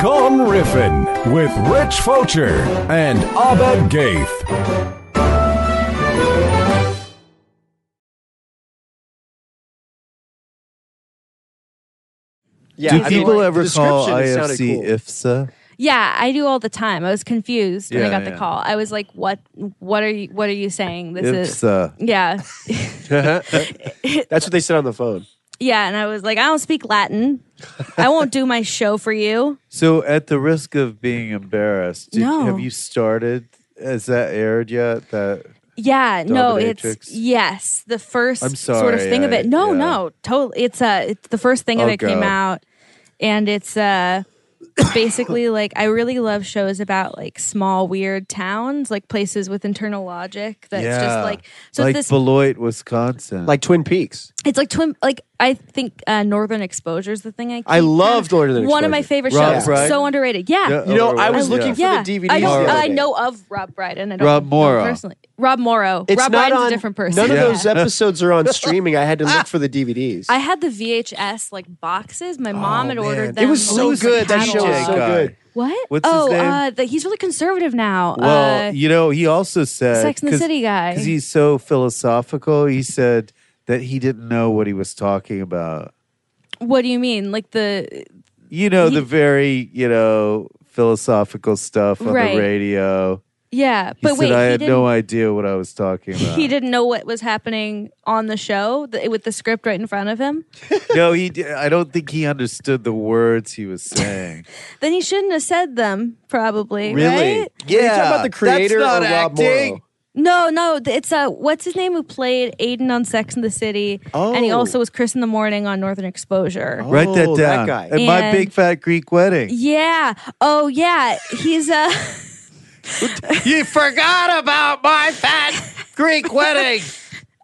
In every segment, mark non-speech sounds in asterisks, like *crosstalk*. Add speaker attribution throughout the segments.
Speaker 1: Gone Riffin' with Rich Focher and Abed Gaith.
Speaker 2: Yeah,
Speaker 3: Do
Speaker 2: I mean,
Speaker 3: people
Speaker 2: like, the
Speaker 3: ever call
Speaker 2: description, it sounded
Speaker 3: IFC
Speaker 2: cool.
Speaker 3: IFSA?
Speaker 4: Yeah, I do all the time. I was confused when I
Speaker 3: Yeah,
Speaker 4: got
Speaker 3: yeah.
Speaker 4: the call. I was like, "What? What are you? What are you saying? This is
Speaker 3: IFSA.
Speaker 4: yeah,
Speaker 2: uh, *laughs*
Speaker 4: *laughs*
Speaker 2: That's what they said on the phone.
Speaker 4: yeah." And I was like, "I don't speak Latin. I won't do my show for
Speaker 2: *laughs*
Speaker 4: you."
Speaker 3: So, at the risk of being embarrassed, did-
Speaker 4: No.
Speaker 3: have you started? Has that aired yet? That
Speaker 4: Yeah, no, it's
Speaker 3: Dominatrix.
Speaker 4: yes, the 1st
Speaker 3: I'm
Speaker 4: sort of
Speaker 3: sorry,
Speaker 4: thing of
Speaker 3: I-
Speaker 4: it. No,
Speaker 3: yeah.
Speaker 4: no, totally. It's uh, it's the first thing of
Speaker 3: Oh,
Speaker 4: it came
Speaker 3: God.
Speaker 4: out, and it's uh,
Speaker 3: *coughs*
Speaker 4: basically like I really love shows about like small weird towns, like places with internal logic. That's just
Speaker 3: Yeah.
Speaker 4: like so
Speaker 3: like
Speaker 4: it's this
Speaker 3: Beloit, Wisconsin.
Speaker 2: Like Twin Peaks.
Speaker 4: It's like twin. Like I think uh, Northern Exposure is the thing I. Keep
Speaker 2: I loved Northern
Speaker 4: One of my
Speaker 2: Exposure.
Speaker 4: favorite
Speaker 3: Rob
Speaker 4: shows.
Speaker 3: Brydon?
Speaker 4: So underrated. Yeah.
Speaker 3: Yeah.
Speaker 2: You know, I was
Speaker 3: Yeah.
Speaker 2: looking for
Speaker 4: Yeah,
Speaker 2: the DVD.
Speaker 4: I don't.
Speaker 3: the other
Speaker 4: I know of Rob Brydon. I don't
Speaker 3: Rob
Speaker 4: know
Speaker 3: Morrow.
Speaker 4: him personally. Rob Morrow.
Speaker 2: It's
Speaker 4: Rob
Speaker 2: not
Speaker 4: Brydon's
Speaker 2: on,
Speaker 4: a different person.
Speaker 2: None
Speaker 3: Yeah. *laughs*
Speaker 2: of those episodes are on streaming. I had to look for the DVDs.
Speaker 4: *laughs* I had the VHS like boxes. My mom had
Speaker 3: Oh, man.
Speaker 4: ordered them.
Speaker 2: it was so
Speaker 4: like,
Speaker 2: good. That show was
Speaker 4: catalog.
Speaker 2: so
Speaker 3: guy.
Speaker 2: good.
Speaker 4: What?
Speaker 3: What's his
Speaker 4: oh,
Speaker 3: name?
Speaker 4: Uh, the, he's really conservative now.
Speaker 3: Well,
Speaker 4: uh,
Speaker 3: you know, he also said
Speaker 4: Sex and the City guy.
Speaker 3: because he's so philosophical. He said that he didn't know what he was talking about.
Speaker 4: what do you mean? Like the
Speaker 3: You know,
Speaker 4: He-
Speaker 3: the very you know philosophical stuff on
Speaker 4: Right.
Speaker 3: the radio.
Speaker 4: yeah?
Speaker 3: He
Speaker 4: But
Speaker 3: said
Speaker 4: wait,
Speaker 3: I
Speaker 4: he
Speaker 3: had
Speaker 4: didn't,
Speaker 3: no idea what I was talking about.
Speaker 4: *laughs* he didn't know what was happening on the show th- with the script right in front of him.
Speaker 3: no, he. di- I don't think he understood the words he was saying.
Speaker 4: *laughs* Then he shouldn't have said them. Probably.
Speaker 3: really?
Speaker 4: Right?
Speaker 2: Were you talking about the creator
Speaker 3: That's not
Speaker 2: or Rob
Speaker 3: acting.
Speaker 2: Morrow?
Speaker 4: No, no. th- It's uh, what's his name who played Aiden on Sex and the City, and he
Speaker 3: Oh.
Speaker 4: also was Chris in the Morning on Northern Exposure.
Speaker 3: Write that
Speaker 2: Oh,
Speaker 3: down.
Speaker 2: that guy.
Speaker 3: At my
Speaker 4: And-
Speaker 3: big fat Greek
Speaker 4: *laughs*
Speaker 3: wedding.
Speaker 4: Yeah. Oh, yeah. He's uh *laughs*
Speaker 3: you forgot about my fat Greek
Speaker 4: *laughs*
Speaker 3: wedding.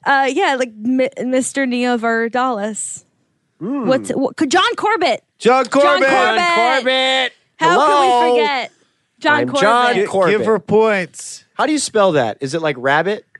Speaker 4: uh yeah, like Mi- Mr. Neo Vardalis.
Speaker 2: Hmm.
Speaker 4: What's what, could John Corbett?
Speaker 3: John Corbett.
Speaker 4: Corbett.
Speaker 2: Corbett.
Speaker 4: How can we
Speaker 2: Hello?
Speaker 4: forget John
Speaker 2: I'm
Speaker 4: Corbett?
Speaker 2: John
Speaker 3: Gi-
Speaker 2: Corbett.
Speaker 3: Give her points.
Speaker 2: How do you spell that? Is it like rabbit?
Speaker 3: Uh,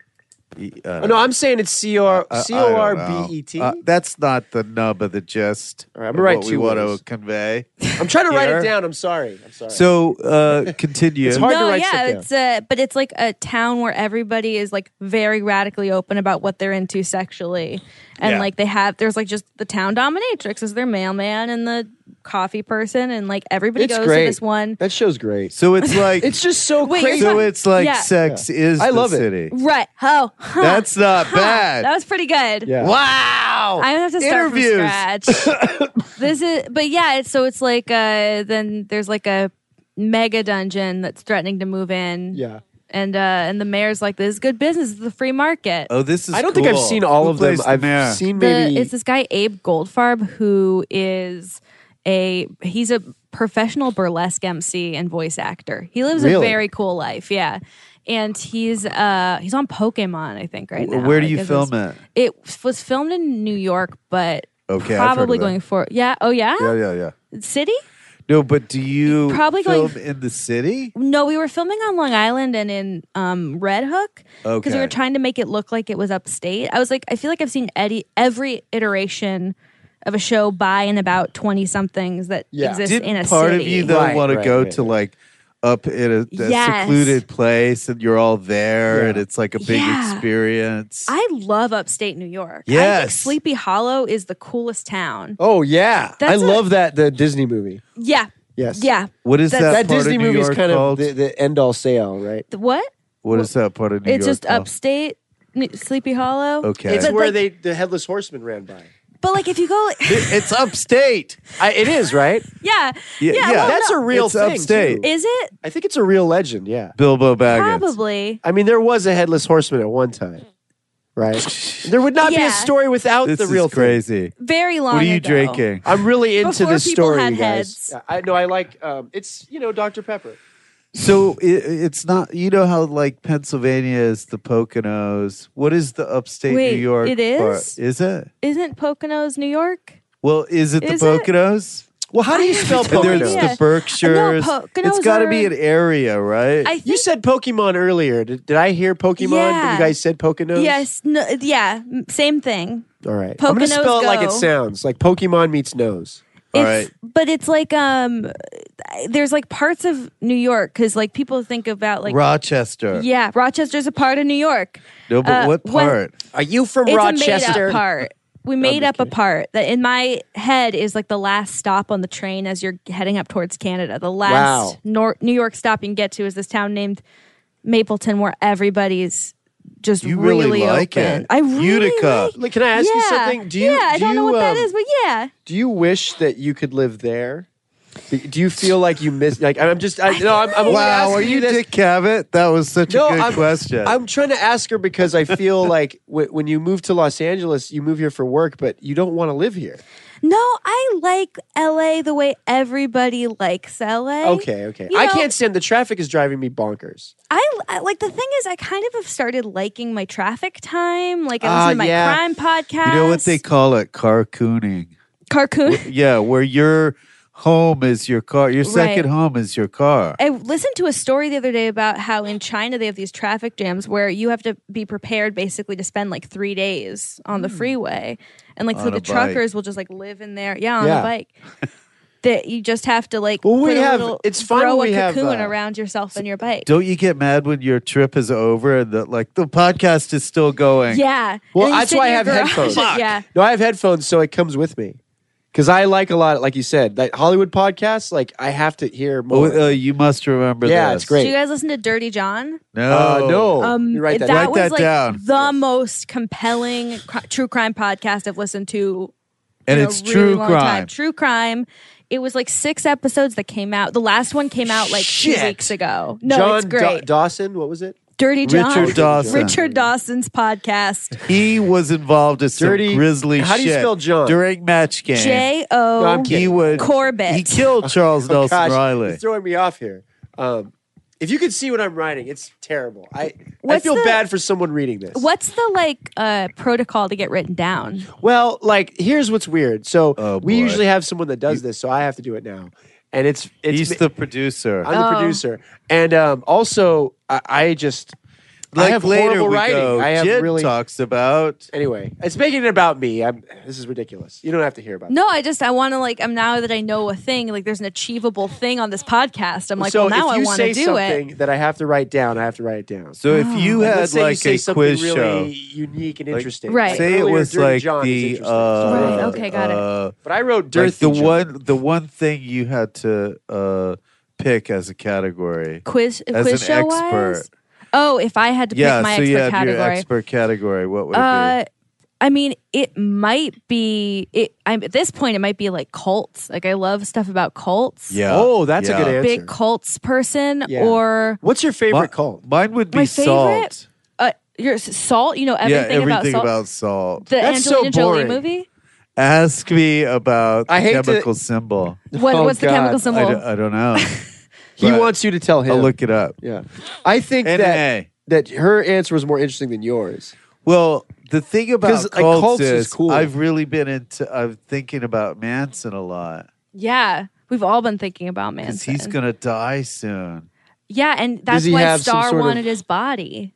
Speaker 2: Oh, no, I'm saying it's C R
Speaker 3: I- I
Speaker 2: C
Speaker 3: don't
Speaker 2: O
Speaker 3: know.
Speaker 2: R B E T.
Speaker 3: Uh,
Speaker 2: I'm
Speaker 3: that's not the nub of the gist.
Speaker 2: All right, I'm
Speaker 3: of
Speaker 2: right
Speaker 3: What we
Speaker 2: two
Speaker 3: want
Speaker 2: ways.
Speaker 3: to convey.
Speaker 2: trying to write
Speaker 3: Here.
Speaker 2: it down. I'm sorry. I'm sorry.
Speaker 3: Uh, So
Speaker 2: *laughs*
Speaker 3: uh, continue.
Speaker 2: It's hard to
Speaker 4: no,
Speaker 2: write stuff
Speaker 4: yeah,
Speaker 2: down.
Speaker 4: it's uh but it's like a town where everybody is like very radically open about what they're into sexually. And
Speaker 3: Yeah.
Speaker 4: like they have there's like just the town dominatrix is their mailman and the coffee person and like everybody
Speaker 2: It's
Speaker 4: goes
Speaker 2: great.
Speaker 4: to this one.
Speaker 2: that show's great.
Speaker 3: So it's like
Speaker 2: It's just so
Speaker 4: Wait, you're
Speaker 2: crazy.
Speaker 3: so it's like
Speaker 4: Yeah.
Speaker 3: sex is
Speaker 2: I
Speaker 3: the
Speaker 2: love it.
Speaker 3: city.
Speaker 4: Right. Oh. huh,
Speaker 3: That's not
Speaker 4: huh.
Speaker 3: bad.
Speaker 4: That was pretty good.
Speaker 2: yeah.
Speaker 3: wow.
Speaker 4: I have to start
Speaker 3: Interviews.
Speaker 4: from scratch.
Speaker 3: *laughs*
Speaker 4: this is, but yeah, it's, so it's like uh, then there's like a mega dungeon that's threatening to move in,
Speaker 2: Yeah.
Speaker 4: and uh, and the mayor's like, "This is good business. This is the free market."
Speaker 3: Oh, this is.
Speaker 2: I don't think I've
Speaker 3: cool.
Speaker 2: seen all
Speaker 3: Who
Speaker 2: of them.
Speaker 3: plays the
Speaker 2: I've
Speaker 3: mayor?
Speaker 2: seen
Speaker 4: The-
Speaker 2: maybe
Speaker 4: it's this guy Abe Goldfarb who is a he's a professional burlesque MC and voice actor. He lives
Speaker 2: Really?
Speaker 4: a very cool life, yeah. And he's uh he's on Pokemon, I think, right now.
Speaker 3: Where do
Speaker 4: I
Speaker 3: you
Speaker 4: guess
Speaker 3: film
Speaker 4: it's-
Speaker 3: it?
Speaker 4: It was filmed in New York, but
Speaker 3: Okay, I've heard of
Speaker 4: probably
Speaker 3: that.
Speaker 4: going for yeah. Oh yeah,
Speaker 3: Yeah, yeah, yeah.
Speaker 4: city.
Speaker 3: No, but do you
Speaker 4: Probably going-
Speaker 3: film in the city?
Speaker 4: No, we were filming on Long Island and in um, Red Hook because we
Speaker 3: Okay.
Speaker 4: were trying to make it look like it was upstate. I was like, I feel like I've seen Eddie every iteration of a show by and about twenty somethings that
Speaker 2: Yeah.
Speaker 4: exists
Speaker 3: Didn't
Speaker 4: in a
Speaker 3: part
Speaker 4: city.
Speaker 3: of you though
Speaker 2: Right,
Speaker 3: want
Speaker 2: right,
Speaker 3: to go
Speaker 2: right,
Speaker 3: to like up in a, a
Speaker 4: Yes.
Speaker 3: secluded place and you're all there
Speaker 2: Yeah.
Speaker 3: and it's like a big
Speaker 4: Yeah.
Speaker 3: experience?
Speaker 4: I love upstate New York. I think
Speaker 3: Yes.
Speaker 4: Sleepy Hollow is the coolest town.
Speaker 2: Oh yeah. I
Speaker 4: That's a-
Speaker 2: love that the Disney movie.
Speaker 4: Yeah,
Speaker 2: Yes.
Speaker 4: yeah.
Speaker 3: what is that,
Speaker 4: That's-
Speaker 2: That
Speaker 3: part
Speaker 2: Disney
Speaker 3: of New
Speaker 2: movie is
Speaker 3: York
Speaker 2: kind
Speaker 3: called?
Speaker 2: of the, the end all say all, right?
Speaker 4: The- what?
Speaker 3: what is that part of New
Speaker 4: it's
Speaker 3: York?
Speaker 4: just
Speaker 3: called?
Speaker 4: upstate N- Sleepy Hollow.
Speaker 3: Okay. It's
Speaker 4: But, like-
Speaker 2: they the headless horseman ran by.
Speaker 4: But like, if you go, *laughs*
Speaker 3: It- it's upstate.
Speaker 2: I, it is right.
Speaker 4: yeah, yeah.
Speaker 3: yeah.
Speaker 4: well,
Speaker 2: That's
Speaker 4: no-
Speaker 2: a real
Speaker 3: It's
Speaker 2: thing.
Speaker 3: upstate.
Speaker 2: too.
Speaker 4: Is it
Speaker 2: I think it's a real legend. Yeah.
Speaker 3: Bilbo Baggins.
Speaker 4: probably?
Speaker 2: I mean, there was a headless horseman at one time, right? *laughs* there would not be
Speaker 4: Yeah.
Speaker 2: a story without
Speaker 3: This
Speaker 2: the real
Speaker 3: is
Speaker 2: thing.
Speaker 3: crazy.
Speaker 4: Very long.
Speaker 3: What are you
Speaker 4: ago.
Speaker 3: drinking?
Speaker 2: I'm really into
Speaker 4: Before
Speaker 2: this
Speaker 4: people
Speaker 2: story,
Speaker 4: had
Speaker 2: you guys.
Speaker 4: heads.
Speaker 2: I know. I like um, it's you know Dr Pepper.
Speaker 3: So it, it's not you know how like Pennsylvania is the Poconos. What is the upstate
Speaker 4: Wait,
Speaker 3: New York?
Speaker 4: it is?
Speaker 3: part? Is it?
Speaker 4: Isn't Poconos New York?
Speaker 3: Well, is it the
Speaker 4: Is it?
Speaker 3: Poconos?
Speaker 2: Well, how do you
Speaker 4: I have
Speaker 2: *laughs* spell
Speaker 4: no
Speaker 3: And
Speaker 4: idea.
Speaker 3: there's
Speaker 2: Pokemon?
Speaker 4: Yeah.
Speaker 3: the Berkshires.
Speaker 4: No, Poconos
Speaker 3: it's got to be
Speaker 4: are-
Speaker 3: an area, right?
Speaker 4: I think
Speaker 2: You said Pokemon earlier. Did, did I hear Pokemon? But
Speaker 4: Yeah.
Speaker 2: you guys said Poconos?
Speaker 4: yes, no, yeah, m- same thing.
Speaker 2: All right. I'm gonna
Speaker 4: Poconos
Speaker 2: spell it like it
Speaker 4: go.
Speaker 2: sounds, like Pokemon meets nose.
Speaker 3: All
Speaker 4: It's- But it's like um, there's like parts of New York because like people think about like
Speaker 3: Rochester.
Speaker 4: yeah, Rochester's a part of New York.
Speaker 3: No, but
Speaker 4: Uh,
Speaker 3: what
Speaker 4: when-
Speaker 3: part?
Speaker 2: Are you from
Speaker 4: It's a made
Speaker 2: Rochester?
Speaker 4: up part. We made up a part that in my head is like the last stop on the train as you're heading up towards Canada. The last
Speaker 2: Wow.
Speaker 4: Nor- New York stop you can get to is this town named Mapleton where everybody's just
Speaker 3: You really like
Speaker 4: open.
Speaker 3: it.
Speaker 4: I really
Speaker 3: Utica.
Speaker 4: like-
Speaker 2: Like, can I ask you
Speaker 4: Yeah.
Speaker 2: something? Do you,
Speaker 4: yeah, I
Speaker 2: do
Speaker 4: don't know
Speaker 2: you,
Speaker 4: what that
Speaker 2: um,
Speaker 4: is, but yeah.
Speaker 2: Do you wish that you could live there? Do you feel like you miss? Like I'm just. I, no, I'm. I'm only
Speaker 3: Wow,
Speaker 2: asking
Speaker 3: are you
Speaker 2: this.
Speaker 3: Dick Cavett? That was such
Speaker 2: No,
Speaker 3: a good
Speaker 2: I'm-
Speaker 3: question.
Speaker 2: I'm trying to ask her because
Speaker 3: *laughs*
Speaker 2: I feel like w- when you move to Los Angeles, you move here for work, but you don't want to live here.
Speaker 4: No, I like LA the way everybody likes LA.
Speaker 2: Okay, okay.
Speaker 4: You
Speaker 2: I
Speaker 4: know-
Speaker 2: can't stand the traffic is driving me bonkers.
Speaker 4: I, I- like the thing is I kind of have started liking my traffic time. Like I
Speaker 2: Ah,
Speaker 4: listen to my
Speaker 2: yeah.
Speaker 4: crime podcast.
Speaker 3: you know what they call it? Carcooning.
Speaker 4: Carcoon.
Speaker 3: yeah, where your home is your car. Your second home is your car.
Speaker 4: I listened to a story the other day about how in China they have these traffic jams where you have to be prepared basically to spend like three days on the
Speaker 2: Hmm.
Speaker 4: freeway. And like,
Speaker 3: On
Speaker 4: so
Speaker 3: a
Speaker 4: the
Speaker 3: bike.
Speaker 4: truckers will just like live in there. Yeah, on
Speaker 2: Yeah.
Speaker 4: a bike. That you just have to like
Speaker 2: Well, we
Speaker 4: put a
Speaker 2: have-
Speaker 4: little-
Speaker 2: it's fun
Speaker 4: grow
Speaker 2: when we
Speaker 4: a
Speaker 2: have,
Speaker 4: cocoon
Speaker 2: uh,
Speaker 4: around yourself and your bike.
Speaker 3: Don't you get mad when your trip is over and that like the podcast is still going?
Speaker 4: Yeah.
Speaker 2: Well,
Speaker 4: And then you
Speaker 2: that's
Speaker 4: sit
Speaker 2: why I
Speaker 4: in
Speaker 2: have
Speaker 4: your garage.
Speaker 2: headphones.
Speaker 4: Yeah.
Speaker 2: No, I have headphones, so it comes with me. Because I like a lot, like you said, like Hollywood podcasts. Like I have to hear more.
Speaker 3: Oh, uh, you must remember
Speaker 2: Yeah,
Speaker 3: this.
Speaker 2: it's great.
Speaker 4: Do you guys listen to Dirty John?
Speaker 3: No,
Speaker 2: Uh, no,
Speaker 4: Um,
Speaker 2: you write that.
Speaker 3: Write
Speaker 4: was
Speaker 3: that
Speaker 4: like
Speaker 3: down.
Speaker 4: the most compelling cri- true crime podcast I've listened to
Speaker 3: and
Speaker 4: in a
Speaker 3: it's
Speaker 4: really
Speaker 3: true
Speaker 4: long
Speaker 3: crime.
Speaker 4: Time. True crime. It was like six episodes that came out. The last one came out like
Speaker 2: Shit.
Speaker 4: two weeks ago. No,
Speaker 2: John
Speaker 4: it's great.
Speaker 2: Da- Dawson, what was it?
Speaker 4: Dirty John.
Speaker 3: Richard Dawson.
Speaker 4: Richard Dawson's podcast.
Speaker 3: He was involved in some
Speaker 2: Dirty-
Speaker 3: grisly
Speaker 2: how do you
Speaker 3: shit
Speaker 2: spell John?
Speaker 3: during match game.
Speaker 4: J
Speaker 2: No, I'm
Speaker 4: O.
Speaker 2: kidding.
Speaker 3: he would
Speaker 4: Corbett.
Speaker 3: He killed Charles
Speaker 2: *laughs* Oh,
Speaker 3: Nelson
Speaker 2: gosh,
Speaker 3: Riley.
Speaker 2: It's throwing me off here. Um, if you could see what I'm writing, it's terrible. I I
Speaker 4: What's
Speaker 2: feel
Speaker 4: the-
Speaker 2: bad for someone reading this.
Speaker 4: What's the like uh, protocol to get written down?
Speaker 2: Well, like here's what's weird. So
Speaker 3: Oh,
Speaker 2: we
Speaker 3: boy.
Speaker 2: usually have someone that does this, so I have to do it now, and it's it's
Speaker 3: He's the producer.
Speaker 2: I'm the
Speaker 4: Oh.
Speaker 2: producer, and um, also I, I just I have horrible
Speaker 3: we
Speaker 2: writing.
Speaker 3: go,
Speaker 2: I have
Speaker 3: Jid
Speaker 2: really
Speaker 3: talks about
Speaker 2: anyway. It's making it about me. I'm, this is ridiculous. You don't have to hear about. it.
Speaker 4: No, I just I want to like I'm now that I know a thing like there's an achievable thing on this podcast. I'm like
Speaker 2: so
Speaker 4: well now
Speaker 2: if
Speaker 4: I
Speaker 2: you
Speaker 4: want
Speaker 2: say
Speaker 4: to do
Speaker 2: something
Speaker 4: it.
Speaker 2: that I have to write down, I have to write it down.
Speaker 3: So
Speaker 4: Oh,
Speaker 3: if you
Speaker 2: Like,
Speaker 3: had
Speaker 2: let's say you
Speaker 3: like
Speaker 2: say
Speaker 3: a
Speaker 2: something
Speaker 3: quiz
Speaker 2: really
Speaker 3: show,
Speaker 2: unique and
Speaker 3: like,
Speaker 2: interesting.
Speaker 4: Right.
Speaker 2: Like
Speaker 3: say it
Speaker 2: earlier,
Speaker 3: was
Speaker 2: Dirty
Speaker 3: like
Speaker 2: John is
Speaker 3: the
Speaker 2: interesting.
Speaker 3: uh,
Speaker 4: Right, okay, got it.
Speaker 3: uh,
Speaker 2: But I wrote Dirty
Speaker 3: like the
Speaker 2: John.
Speaker 3: one the one thing you had to uh, pick as a category
Speaker 4: Quiz
Speaker 3: as
Speaker 4: quiz
Speaker 3: an
Speaker 4: show
Speaker 3: expert.
Speaker 4: wise. Oh, if I had to
Speaker 3: yeah,
Speaker 4: pick my
Speaker 3: so
Speaker 4: expert
Speaker 3: you had your
Speaker 4: category.
Speaker 3: expert category. What would it
Speaker 4: Uh, I mean, it might be. It. I'm at this point. It might be like cults. Like I love stuff about cults.
Speaker 3: be? Yeah.
Speaker 2: Oh, that's
Speaker 3: yeah.
Speaker 2: a good answer.
Speaker 4: Big cults person
Speaker 2: Yeah.
Speaker 4: or
Speaker 2: What's your
Speaker 3: Mi-
Speaker 2: favorite cult?
Speaker 3: Mine would be
Speaker 4: My favorite?
Speaker 3: salt.
Speaker 4: uh, your s- salt. You know everything,
Speaker 3: yeah, everything
Speaker 4: about salt.
Speaker 3: about salt.
Speaker 4: the
Speaker 2: That's so
Speaker 4: Angelina Jolie
Speaker 2: boring. *laughs*
Speaker 4: movie.
Speaker 3: Ask me about
Speaker 2: I
Speaker 3: the
Speaker 2: hate to-
Speaker 3: chemical symbol.
Speaker 4: What,
Speaker 2: Oh,
Speaker 4: what's the
Speaker 2: God.
Speaker 4: chemical
Speaker 3: I d-
Speaker 4: symbol?
Speaker 3: I don't
Speaker 2: *laughs*
Speaker 3: know.
Speaker 2: He
Speaker 3: But
Speaker 2: wants you to tell him.
Speaker 3: I'll look it up.
Speaker 2: Yeah, I think that
Speaker 3: NA.
Speaker 2: that her answer was more interesting than yours.
Speaker 3: Well, the thing about
Speaker 2: 'Cause,
Speaker 3: cults,
Speaker 2: like, cults is
Speaker 3: is,
Speaker 2: cool.
Speaker 3: I've really been into. I'm thinking about Manson a lot
Speaker 4: yeah, we've all been thinking about
Speaker 3: because
Speaker 4: Manson.
Speaker 3: he's gonna die soon.
Speaker 4: yeah, and that's
Speaker 2: he
Speaker 4: why
Speaker 2: have some
Speaker 4: Star
Speaker 2: sort of-
Speaker 4: wanted his body.